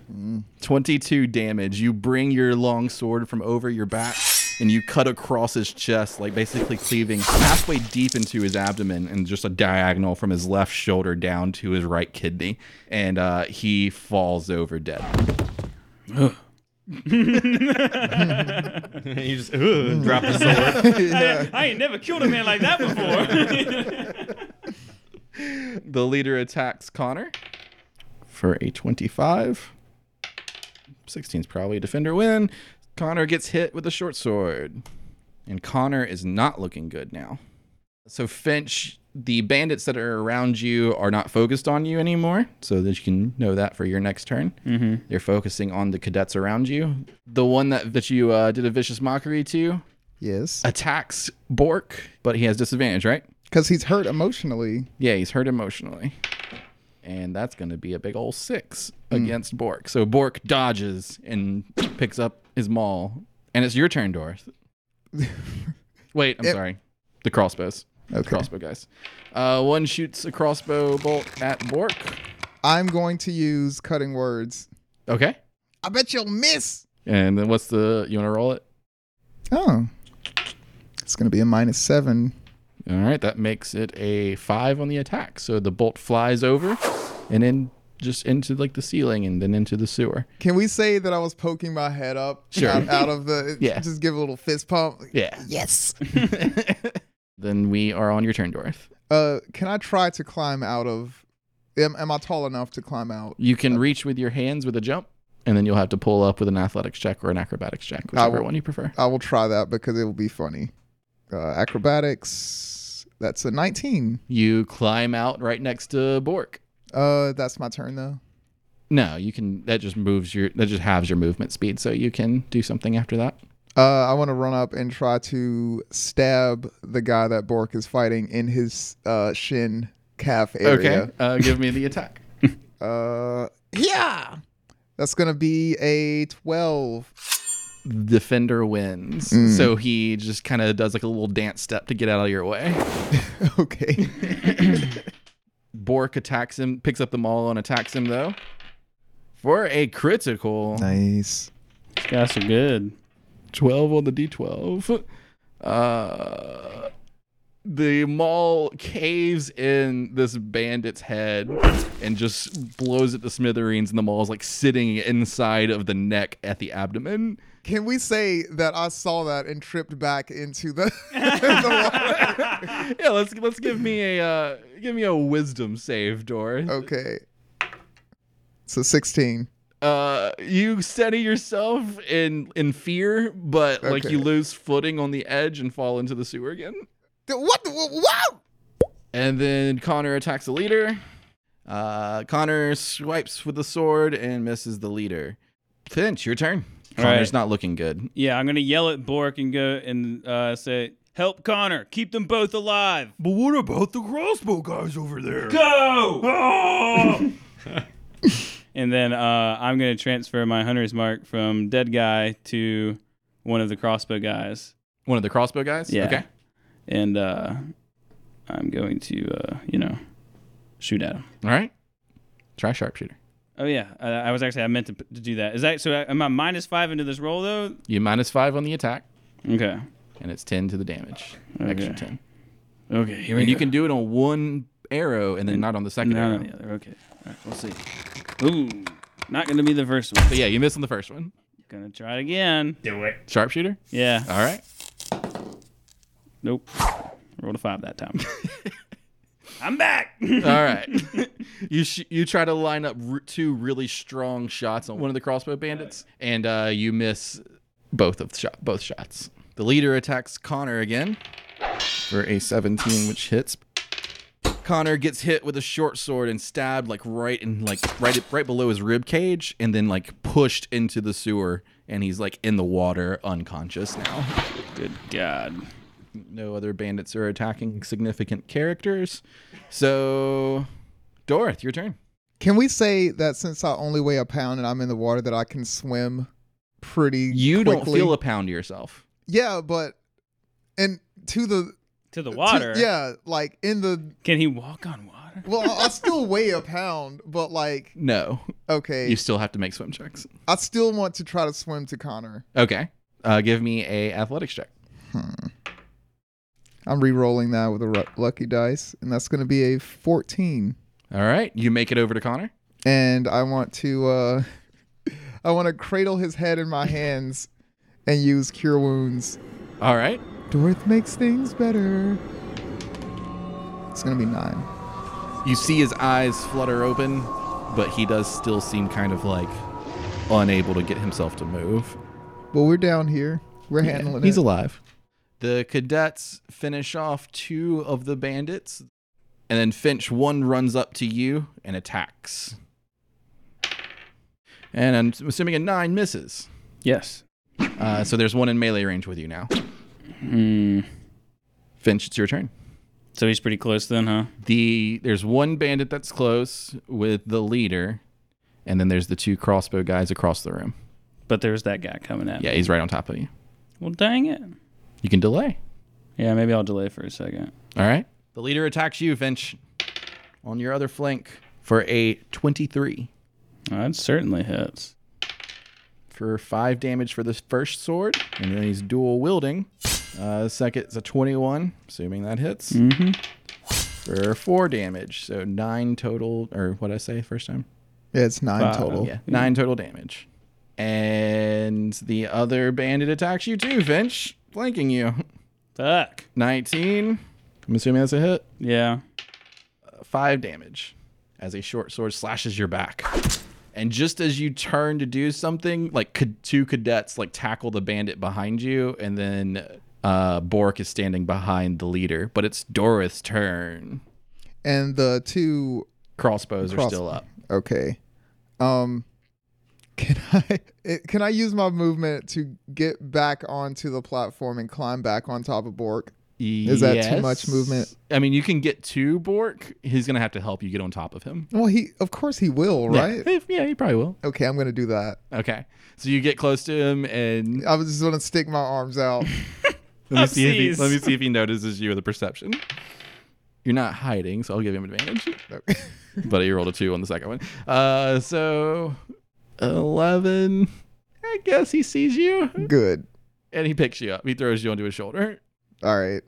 Twenty two damage. You bring your long sword from over your back and you cut across his chest, like basically cleaving halfway deep into his abdomen and just a diagonal from his left shoulder down to his right kidney. And uh, he falls over dead. you just "Ugh," drop the sword. I, I ain't never killed a man like that before. The leader attacks Connor for a 25. 16 is probably a defender win. Connor gets hit with a short sword. And Connor is not looking good now. So, Finch, the bandits that are around you are not focused on you anymore. So that you can know that for your next turn. Mm-hmm. They're focusing on the cadets around you. The one that, that you uh, did a vicious mockery to Yes. attacks Bork, but he has disadvantage, right? Because he's hurt emotionally. Yeah, he's hurt emotionally. And that's going to be a big ol' six Mm. against Bork. So Bork dodges and picks up his maul. And it's your turn, Doris. Wait, I'm It- sorry. The crossbows. Okay. Crossbow guys. Uh, one shoots a crossbow bolt at Bork. I'm going to use cutting words. Okay. I bet you'll miss. And then what's the. You want to roll it? Oh. It's going to be a minus seven. All right. That makes it a five on the attack. So the bolt flies over and then just into like the ceiling and then into the sewer. Can we say that I was poking my head up Sure. out, out of the Yeah. just give a little fist pump? Yeah. Yes. Then we are on your turn, Dorth. Uh can I try to climb out of am, am I tall enough to climb out? You can reach with your hands with a jump, and then you'll have to pull up with an athletics check or an acrobatics check, I whichever will- one you prefer. I will try that because it will be funny. Uh acrobatics that's a 19. You climb out right next to Bork. Uh that's my turn though. No, you can. That just moves your. That just halves your movement speed, so you can do something after that. Uh I want to run up and try to stab the guy that Bork is fighting in his uh shin calf area. uh, Okay. Uh, give me the attack. Uh yeah. That's gonna be a twelve. Defender wins. Mm. So he just kind of does like a little dance step to get out of your way. Okay. Bork attacks him, picks up the maul and attacks him though. For a critical Nice. Guys are good. 12 on the d12. Uh the maul caves in this bandit's head and just blows at the smithereens and the maul's like sitting inside of the neck at the abdomen. Can we say that I saw that and tripped back into the, the water? Yeah, let's let's give me a uh, give me a wisdom save, Dor. Okay. So sixteen. Uh, you steady yourself in in fear, but like Okay. you lose footing on the edge and fall into the sewer again. Th- What? the- wha- Wow! And then Connor attacks the leader. Uh, Connor swipes with the sword and misses the leader. Finch, your turn. All Connor's right. not looking good. Yeah, I'm gonna yell at Bork and go and uh, say, "Help Connor! Keep them both alive! But what about the crossbow guys over there? Go!" and then uh, I'm gonna transfer my hunter's mark from dead guy to one of the crossbow guys, One of the crossbow guys. Yeah. Okay. and uh, I'm going to, uh, you know, shoot at him. All right. Try sharpshooter. Oh yeah, I, I was actually I meant to, p- to do that. Is that so? I, am I minus five into this roll though? You minus five on the attack, Okay. and it's ten to the damage. Extra Okay. ten. Okay. Here we And go. you can do it on one arrow, and then not on the second No, arrow. no, the other. Okay. All right, we'll see. Ooh, not gonna be the first one. But yeah, you missed on the first one. Gonna try it again. Do it. Sharpshooter. Yeah. All right. Nope. Rolled a five that time. I'm back. All right. you sh- you try to line up r- two really strong shots on one of the crossbow bandits, and uh, you miss both of the shot both shots. The leader attacks Connor again for a 17, which hits. Connor gets hit with a short sword and stabbed like right in like right right below his rib cage, and then like pushed into the sewer, and he's like in the water, unconscious now. Good God. No other bandits are attacking significant characters, so Doroth, your turn. Can we say that since I only weigh a pound and I'm in the water, that I can swim pretty? You don't quickly? feel a pound to yourself. Yeah, but and to the To the to- water. yeah, like in the Can he walk on water? well, I, I still weigh a pound, but like No, okay, you still have to make swim checks. I still want to try to swim to Connor. Okay, uh, give me a athletics check. I'm re-rolling that with a ru- lucky dice, and that's going to be a 14. All right, you make it over to Connor. And I want to, uh, I want to cradle his head in my hands and use cure wounds. All right, Dorth makes things better. It's going to be nine. you see his eyes flutter open, but he does still seem kind of like unable to get himself to move. Well, we're down here. We're handling He's it. alive. The cadets finish off two of the bandits, and then Finch one runs up to you and attacks. And I'm assuming a nine misses. Yes. Uh, so there's one in melee range with you now. Hmm. Finch, it's your turn. So he's pretty close then, huh? The there's one bandit that's close with the leader, and then there's the two crossbow guys across the room. But there's that guy coming at me. Yeah, he's right on top of you. Well, dang it. You can delay. Yeah, maybe I'll delay for a second. All right. The leader attacks you, Finch, on your other flank for a 23 Oh, that certainly hits. for five damage for this first sword, and then he's dual wielding. Uh, second's a 21, assuming that hits Mm-hmm. for four damage, so nine total, or what I say first time. Yeah, it's nine Five. total. Yeah, nine total damage. And the other bandit attacks you too, Finch, flanking you. Fuck. 19. I'm assuming that's a hit. Yeah. Five damage as a short sword slashes your back. And just as you turn to do something, like ca- two cadets like tackle the bandit behind you, and then uh, Bork is standing behind the leader. But it's Doroth's turn. And the two, Crossbows are Cross- still up. okay. Um, can I it- can I use my movement to get back onto the platform and climb back on top of Bork? Is that too much movement? I mean, you can get to Bork. He's gonna have to help you get on top of him. Well, he of course he will, Yeah. right? Yeah, he probably will. Okay, I'm gonna do that. Okay, so you get close to him, and I was just gonna stick my arms out. let me, see if he, Upsies. let me see if he notices you with a perception. You're not hiding, so I'll give him advantage. but he rolled a two on the second one. Uh, so eleven. I guess he sees you, Good. and he picks you up. He throws you onto his shoulder, All right.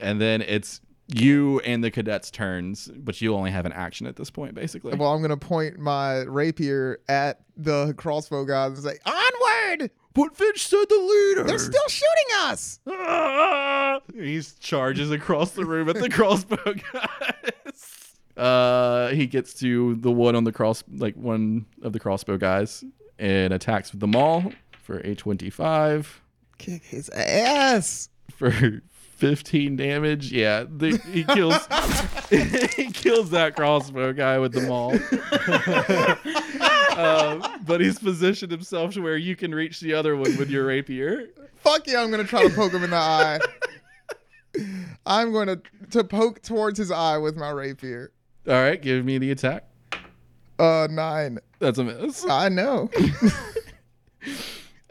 and then it's you and the cadets' turns, but you only have an action at this point, basically. Well, I'm gonna point my rapier at the crossbow guys and say, "Ah, "Onward! but Finch said the leader. They're still shooting us!" Ah! He charges across the room at the crossbow guys. Uh, he gets to the one on the cross, like one of the crossbow guys, and attacks with them all for a twenty-five Kick his ass! for fifteen damage. Yeah, the, he kills. he kills that crossbow guy with the maul. Uh, but he's positioned himself to where you can reach the other one with your rapier. Fuck yeah! I'm gonna try to poke him in the eye. I'm going to to poke towards his eye with my rapier. All right, give me the attack. Uh, nine. That's a miss. I know.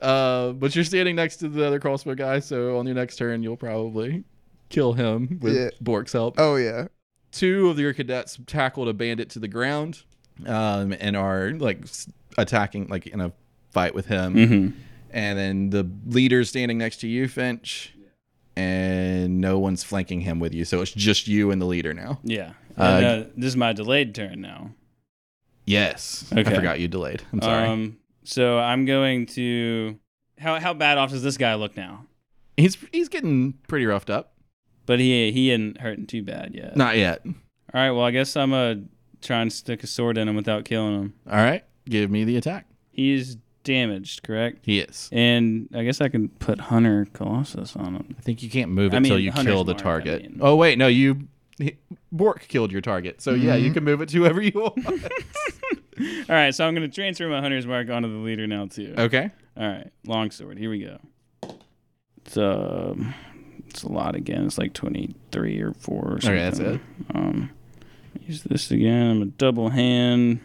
Uh, but you're standing next to the other crossbow guy, so on your next turn, you'll probably kill him with Yeah. Bork's help. oh yeah. Two of your cadets tackled a bandit to the ground um, and are like s- attacking, like in a fight with him. Mm-hmm. And then the leader's standing next to you, Finch, and no one's flanking him with you, so it's just you and the leader now. Yeah. Uh, And, uh, this is my delayed turn now. Yes, I Okay. forgot you delayed. I'm sorry. Um, so I'm going to. How how bad off does this guy look now? he's he's getting pretty roughed up. But he he ain't hurting too bad yet. Not yet. All right. Well, I guess I'm gonna try and stick a sword in him without killing him. All right, give me the attack. He's damaged, correct? He is. And I guess I can put Hunter Colossus on him. I think you can't move it I until mean, you Hunter's kill the mark, I target. mean. Oh wait, no, you he- Bork killed your target. So yeah, Mm-hmm. you can move it to whoever you want. All right. So I'm gonna transfer my Hunter's mark onto the leader now too. okay. All right. Longsword. Here we go. It's um, it's a lot again. It's like 23 or four. Or something. Okay, that's it. Um, use this again. I'm a double hand.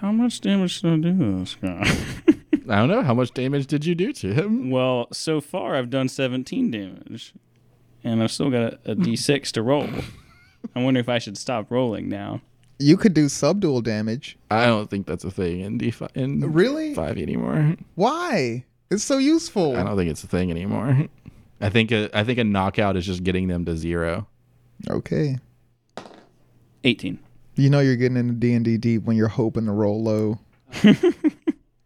How much damage did I do to this guy? I don't know how much damage did you do to him? well, so far I've done 17 damage, and I've still got a a d6 to roll. I wonder if I should stop rolling now. You could do subdual damage. I don't think that's a thing in D fi- in Really? five anymore. Why? It's so useful. I don't think it's a thing anymore. I think a, I think a knockout is just getting them to zero. Okay. 18. You know you're getting into D and D deep when you're hoping to roll low.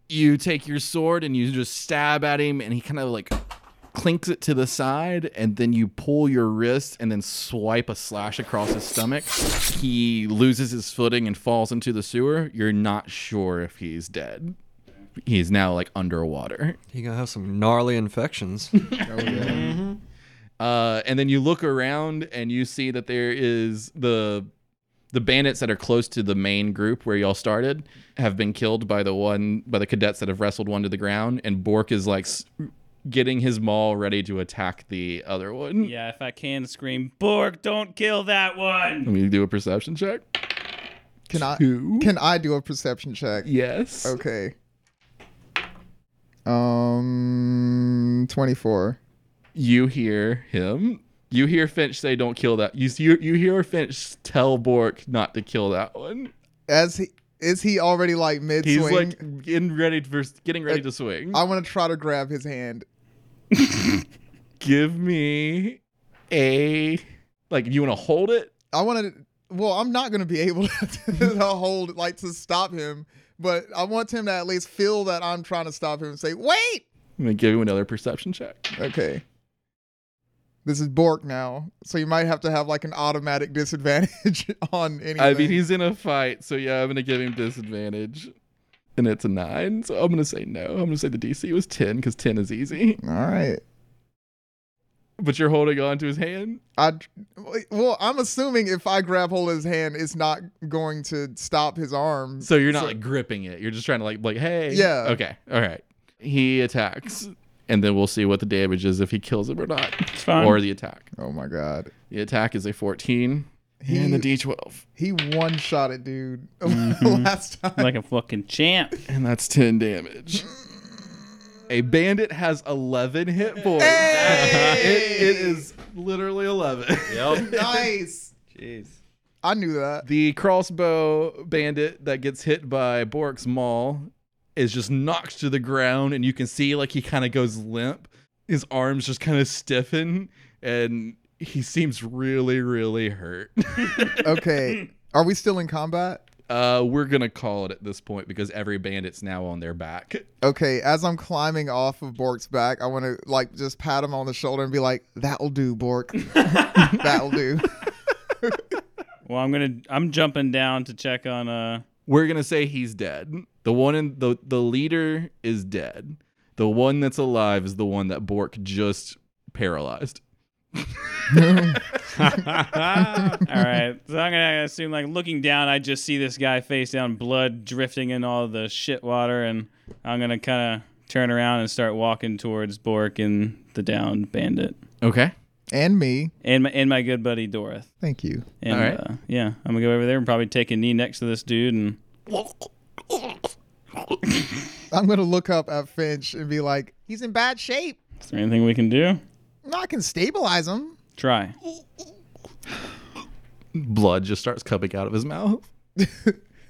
you take your sword and you just stab at him and he kind of like clinks it to the side and then you pull your wrist and then swipe a slash across his stomach he loses his footing and falls into the sewer you're not sure if he's dead he's now like underwater He gonna have some gnarly infections. uh, and then you look around and you see that there is the the bandits that are close to the main group where y'all started have been killed by the one by the cadets that have wrestled one to the ground and bork is like s- getting his maul ready to attack the other one Yeah, if I can scream, Borg, don't kill that one! let me do a perception check Can I? Two. Can I do a perception check? yes Okay. Um, twenty-four. you hear him you hear finch say don't kill that you you, you hear finch tell bork not to kill that one As he is he already like mid he's swing? like getting ready for getting ready Uh, to swing I want to try to grab his hand. give me a like you want to hold it I want to. Well, I'm not going to be able to, to hold like to stop him, but I want him to at least feel that I'm trying to stop him and say, "Wait." i'm gonna give you another perception check Okay. This is Bork now, so you might have to have like an automatic disadvantage on anything. i mean he's in a fight so yeah i'm gonna give him disadvantage and it's a nine so i'm gonna say no i'm gonna say the dc was 10 because 10 is easy all right. but you're holding on to his hand I well, I'm assuming if I grab hold of his hand, it's not going to stop his arm. Uh, so you're not like gripping it you're just trying to like like hey Yeah. okay all right he attacks and then we'll see what the damage is if he kills him or not, It's fine. or the attack. Oh my god. The attack is a 14 and a d12, He one shot it, dude. Last time. like a fucking champ. and that's 10 damage. A bandit has 11 hit points. It, it is literally 11. nice. Jeez. I knew that. The crossbow bandit that gets hit by Bork's maul is just knocked to the ground, and you can see like he kind of goes limp. His arms just kind of stiffen, and he seems really, really hurt. Okay. Are we still in combat? uh, we're gonna call it at this point because every bandit's now on their back. Okay, as I'm climbing off of Bork's back, I want to like just pat him on the shoulder and be like, "That'll do, Bork. That'll do." Well, I'm gonna I'm jumping down to check on uh We're gonna say he's dead. The one in the the leader is dead. The one that's alive is the one that Bork just paralyzed. All right. So I'm gonna assume like looking down, I just see this guy face down, blood drifting in all the shit water, and I'm gonna kind of turn around and start walking towards Bork and the downed bandit Okay. and me, and my and my good buddy Dorothy. thank you. And All right. uh, yeah, I'm gonna go over there and probably take a knee next to this dude and I'm gonna look up at Finch and be like, "He's in bad shape. is there anything we can do? No, I can stabilize him." Try. Blood just starts coming out of his mouth.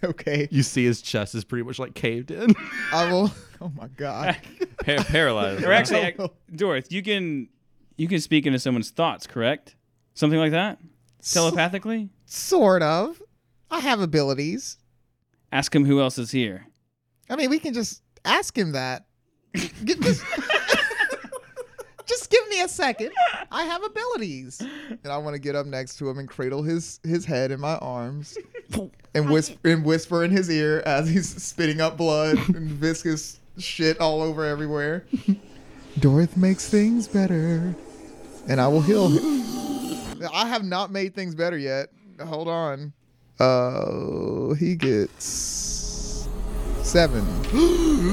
Okay, You see his chest is pretty much like caved in. I will. Oh my god. Pa- paralyzed. Or actually, Oh. ac- Dorothy, you can you can speak into someone's thoughts, correct? Something like that, telepathically. Sort of. I have abilities. Ask him who else is here. I mean, we can just ask him that. Get this- just give me a second. I have abilities. And I want to get up next to him and cradle his his head in my arms and whisper and whisper in his ear as he's spitting up blood and viscous shit all over everywhere. Dorth makes things better, and I will heal him. I have not made things better yet. Hold on. Uh, he gets seven.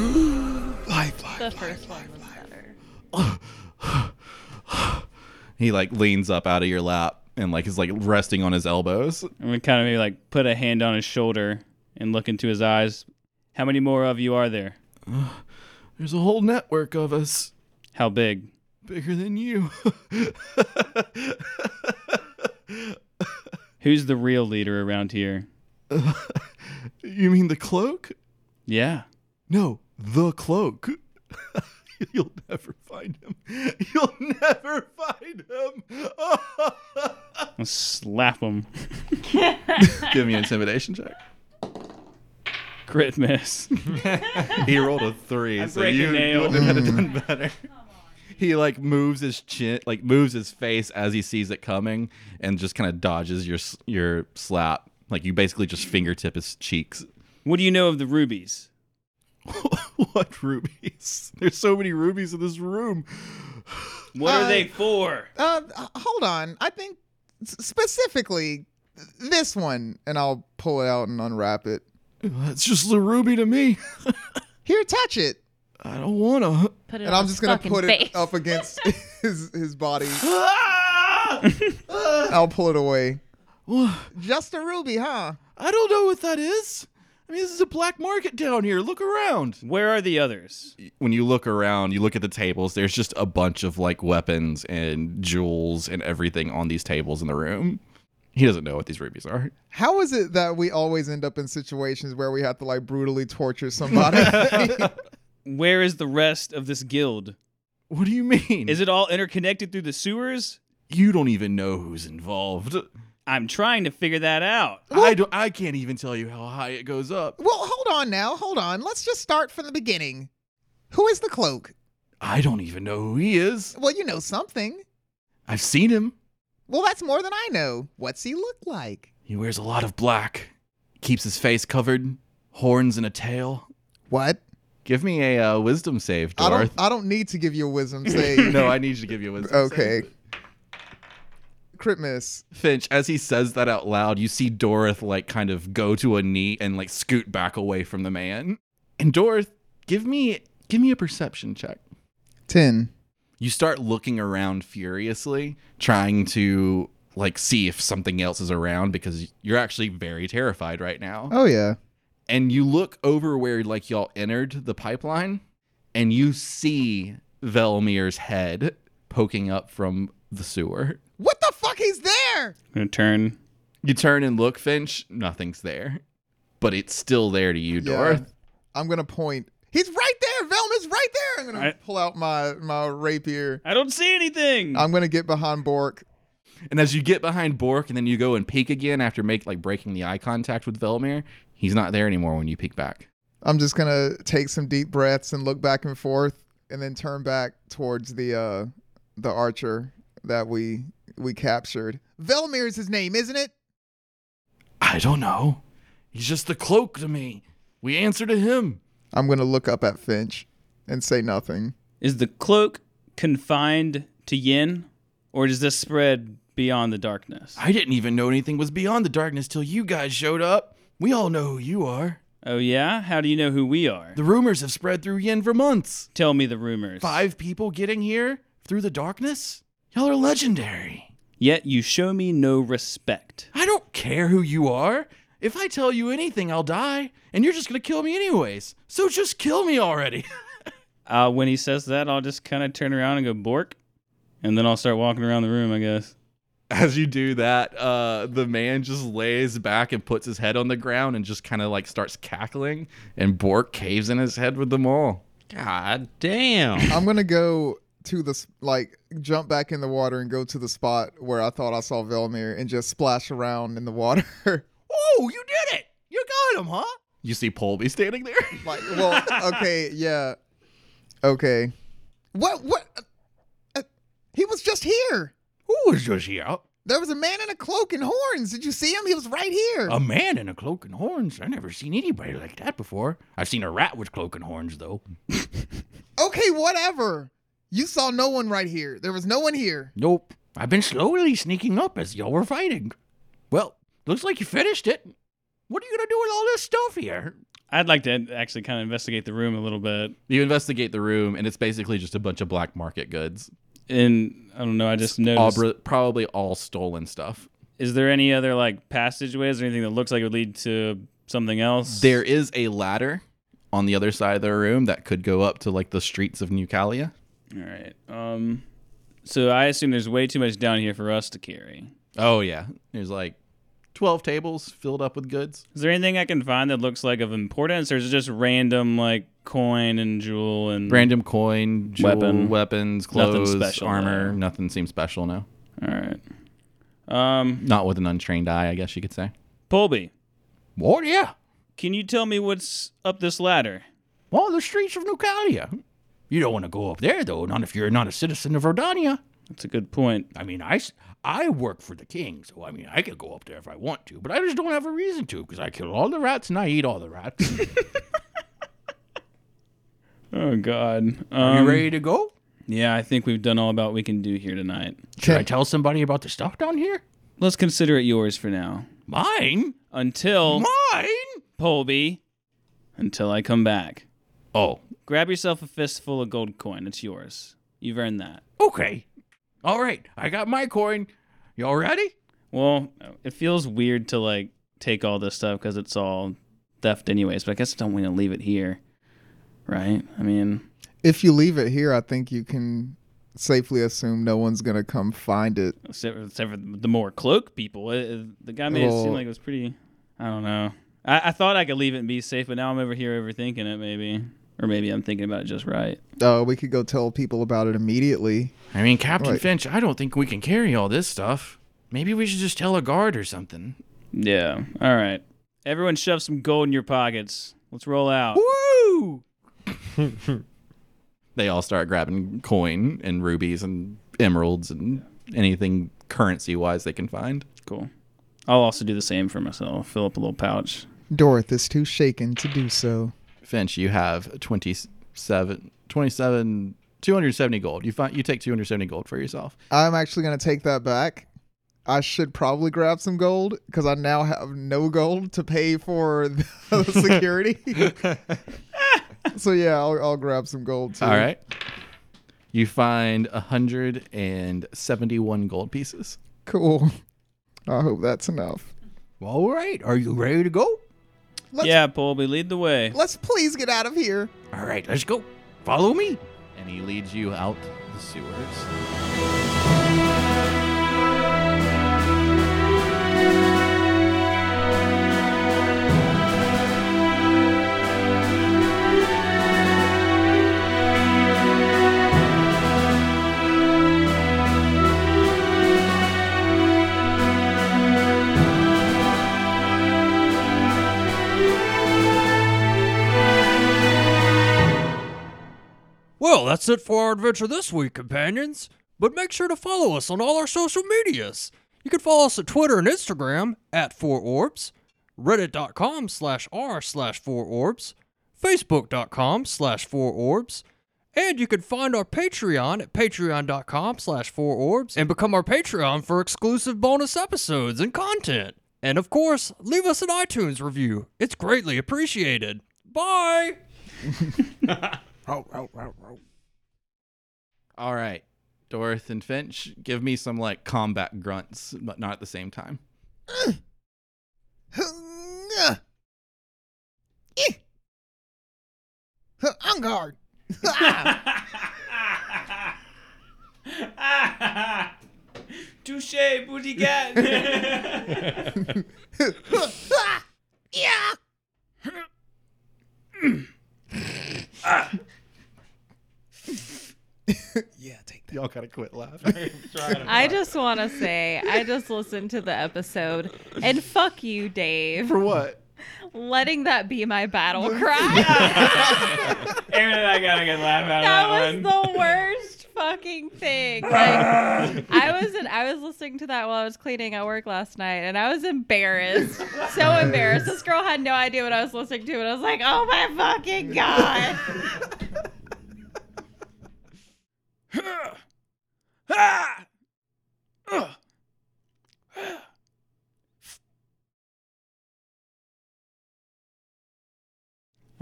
The first one was better. He like leans up out of your lap and like is like resting on his elbows. I'm gonna kind of maybe like put a hand on his shoulder and look into his eyes. How many more of you are there? There's a whole network of us How big? bigger than you. Who's the real leader around here? you mean the cloak? Yeah. No, the cloak. You'll never find him. You'll never find him. Let's slap him. Give me an intimidation check. Crit miss. He rolled a three, so breaking you, you nail. would have had to done better. He like moves his chin, like moves his face as he sees it coming, and just kind of dodges your s- your slap. Like you basically just fingertip his cheeks. what do you know of the rubies? what rubies? There's so many rubies in this room. What Uh, are they for? Uh, h- hold on. I think s- specifically this one, and I'll pull it out and unwrap it. It's just a ruby to me. Here, touch it. I don't wanna. Put it And on I'm his just gonna fucking put face. it up against his his body. Ah! I'll pull it away. Just a ruby, huh? I don't know what that is. I mean, this is a black market down here. Look around. Where are the others? when you look around, you look at the tables, there's just a bunch of like weapons and jewels and everything on these tables in the room. He doesn't know what these rubies are. How is it that we always end up in situations where we have to like brutally torture somebody? Where is the rest of this guild? What do you mean? Is it all interconnected through the sewers? you don't even know who's involved. I'm trying to figure that out. I don't I can't even tell you how high it goes up. well, hold on now. Hold on. Let's just start from the beginning. Who is the cloak? I don't even know who he is. Well, you know something. I've seen him. Well, that's more than I know. What's he look like? He wears a lot of black. Keeps his face covered, horns and a tail. What? Give me a uh, wisdom save, I Dorth. don't. I don't need to give you a wisdom save. no, I need you to give you a wisdom. save. Okay. Crit miss. Finch, as he says that out loud, you see Dorothy like kind of go to a knee and like scoot back away from the man. And Dorothy, give me give me a perception check. Ten. You start looking around furiously, trying to like see if something else is around because you're actually very terrified right now. Oh yeah. and you look over where like y'all entered the pipeline and you see Velmir's head poking up from the sewer. What the fuck? He's there. Gonna turn. You turn and look, Finch, nothing's there. But it's still there to you, Dorth. I'm gonna point. He's right there. Velma's right there. I'm gonna I- pull out my my rapier. I don't see anything. I'm gonna get behind Bork. And as you get behind Bork and then you go and peek again after make like breaking the eye contact with Velmir, he's not there anymore when you peek back. I'm just gonna take some deep breaths and look back and forth, and then turn back towards the uh the archer that we we captured. Velmir is his name, isn't it? I don't know. He's just a cloak to me. We answer to him. I'm gonna look up at Finch and say nothing. Is the cloak confined to Yin, or does this spread beyond the darkness? I didn't even know anything was beyond the darkness till you guys showed up. We all know who you are. Oh yeah. How do you know who we are? The rumors have spread through Yin for months. Tell me the rumors. Five people getting here through the darkness? Y'all are legendary. Yet you show me no respect. I don't care who you are. If I tell you anything, I'll die, and you're just gonna kill me anyways. So just kill me already. Uh, when he says that, I'll just kind of turn around and go bork, and then I'll start walking around the room. I guess. As you do that, uh, the man just lays back and puts his head on the ground and just kind of like starts cackling, and Bork caves in his head with them all. God damn. I'm gonna go to the s- like jump back in the water and go to the spot where I thought I saw Velmir and just splash around in the water. Whoa, Oh, you did it! You got him, huh? You see Polby standing there. like, well, okay, yeah, okay. What? What? Uh, uh, he was just here. Who was just here? Oh. There was a man in a cloak and horns. Did you see him? He was right here. A man in a cloak and horns. I've never seen anybody like that before. I've seen a rat with cloak and horns, though. okay, whatever. You saw no one right here. There was no one here. Nope. I've been slowly sneaking up as y'all were fighting. Well, looks like you finished it. What are you gonna do with all this stuff here? I'd like to actually kind of investigate the room a little bit. You investigate the room, and it's basically just a bunch of black market goods, And uh, I don't know. I just all noticed. br- probably all stolen stuff. Is there any other like passageways or anything that looks like it would lead to something else? There is a ladder on the other side of the room that could go up to like the streets of New Calia. All right. Um. So I assume there's way too much down here for us to carry. Oh yeah, there's like twelve tables filled up with goods. Is there anything I can find that looks like of importance, or is it just random like coin and jewel and? Random coin, jewel, Mm. Weapon. weapons, Nothing clothes, special armor. there. Nothing seems special. No, All right. Um, not with an untrained eye, I guess you could say. Polby, What? Oh, Yeah. can you tell me what's up this ladder? Well, the streets of Nukalia. You don't want to go up there, though, not if you're not a citizen of Verdania. That's a good point. I mean, I, s- I work for the king, so I mean, I could go up there if I want to, but I just don't have a reason to because I kill all the rats and I eat all the rats. Oh God. Um, Are you ready to go? Yeah, I think we've done all about we can do here tonight. Should I tell somebody about the stuff down here? Let's consider it yours for now. Mine? Until Mine? Polby, until I come back. Oh, Grab yourself a fistful of gold coin. It's yours. You've earned that. okay. All right, I got my coin. Y'all ready? Well, it feels weird to like take all this stuff because it's all theft, anyways. But I guess I don't want to leave it here, right? I mean, If you leave it here, I think you can safely assume no one's gonna come find it. except, except for the more cloak people, it- it- the guy made it seem Well- like it was pretty. I don't know. I, I thought I could leave it and be safe, but now I'm over here overthinking it, maybe, or maybe I'm thinking about it just right. Uh, we could go tell people about it immediately. I mean, Captain Right. Finch, I don't think we can carry all this stuff. Maybe we should just tell a guard or something. Yeah. All right. Everyone, shove some gold in your pockets. Let's roll out. Woo! They all start grabbing coin and rubies and emeralds and anything currency wise they can find. Cool. I'll also do the same for myself. Fill up a little pouch. Dorth is too shaken to do so. Finch, you have 27, 27 270 gold. You find you take 270 gold for yourself. I'm actually going to take that back. I should probably grab some gold because I now have no gold to pay for the security. so yeah, I'll, I'll grab some gold too. All right. You find 171 gold pieces. Cool. I hope that's enough. All right, are you ready to go? Let's, yeah, Polby, lead the way. Let's please get out of here. All right, let's go. Follow me. And he leads you out the sewers. Well, that's it for our adventure this week, companions. But make sure to follow us on all our social medias. You can follow us at Twitter and Instagram at 4orbs, reddit.com slash r slash 4orbs, facebook.com slash 4orbs, and you can find our Patreon at patreon.com slash 4orbs and become our Patreon for exclusive bonus episodes and content. And of course, leave us an iTunes review. It's greatly appreciated. Bye! Row, row, row, row. All right, Dorth and Finch, give me some like combat grunts, but not at the same time. Huh, eh. Huh, On guard. Ah. Touche, booty cat. Yeah. Y'all gotta quit laughing. I just want to say, I just listened to the episode, and fuck you, Dave, For what? letting that be my battle cry. Aaron and I got a good laugh out that was of that one. the worst fucking thing. Like, I was in, I was listening to that while I was cleaning at work last night, and I was embarrassed, so embarrassed. This girl had no idea what I was listening to, and I was like, "Oh my fucking god!"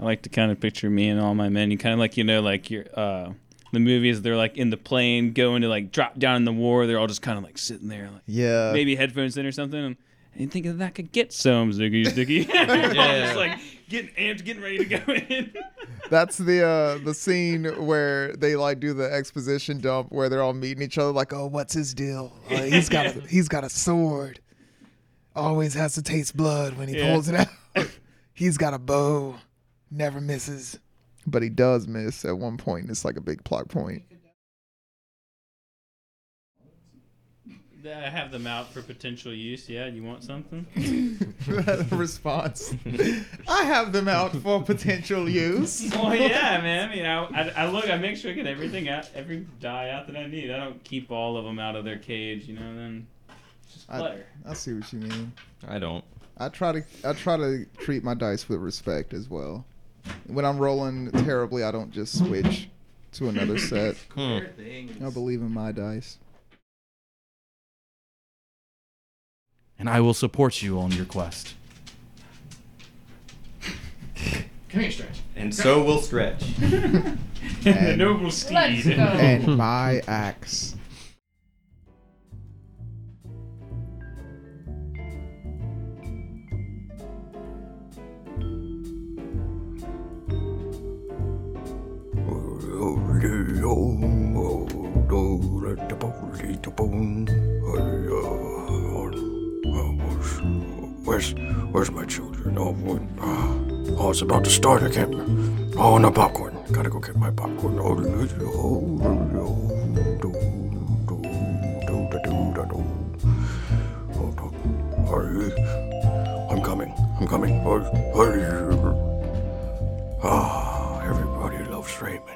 I like to kind of picture me and all my men. You kind of like you know like your uh the movies. They're like in the plane going to like drop down in the war. They're all just kind of like sitting there like Yeah. maybe headphones in or something. And I didn't think that that could get Soames Ziggy Sticky. yeah. Just like getting amped, getting ready to go in. That's the uh the scene where they like do the exposition dump where they're all meeting each other like, "Oh, what's his deal? Uh, he's got a, he's got a sword. Always has to taste blood when he Yeah. pulls it out. he's got a bow. Never misses." But he does miss at one point. It's like a big plot point. I have them out for potential use. Yeah, you want something? response. I have them out for potential use. Well, yeah, man. I mean, I, I, I look, I make sure I get everything out, every die out that I need. I don't keep all of them out of their cage, you know. Then it's just I- clutter. I see what you mean. I don't. I try to I try to treat my dice with respect as well. When I'm rolling terribly, I don't just switch to another set. Hmm. I believe in my dice. And I will support you on your quest. And so will Stretch. the And- noble steed. Let's go. And my axe. Where's, where's my children? Oh, what- ah. oh, it's about to start. I can't. Oh, no popcorn. Gotta go get my popcorn. Oh, Oh, I'm coming. I'm coming. Ah, everybody loves Raymond.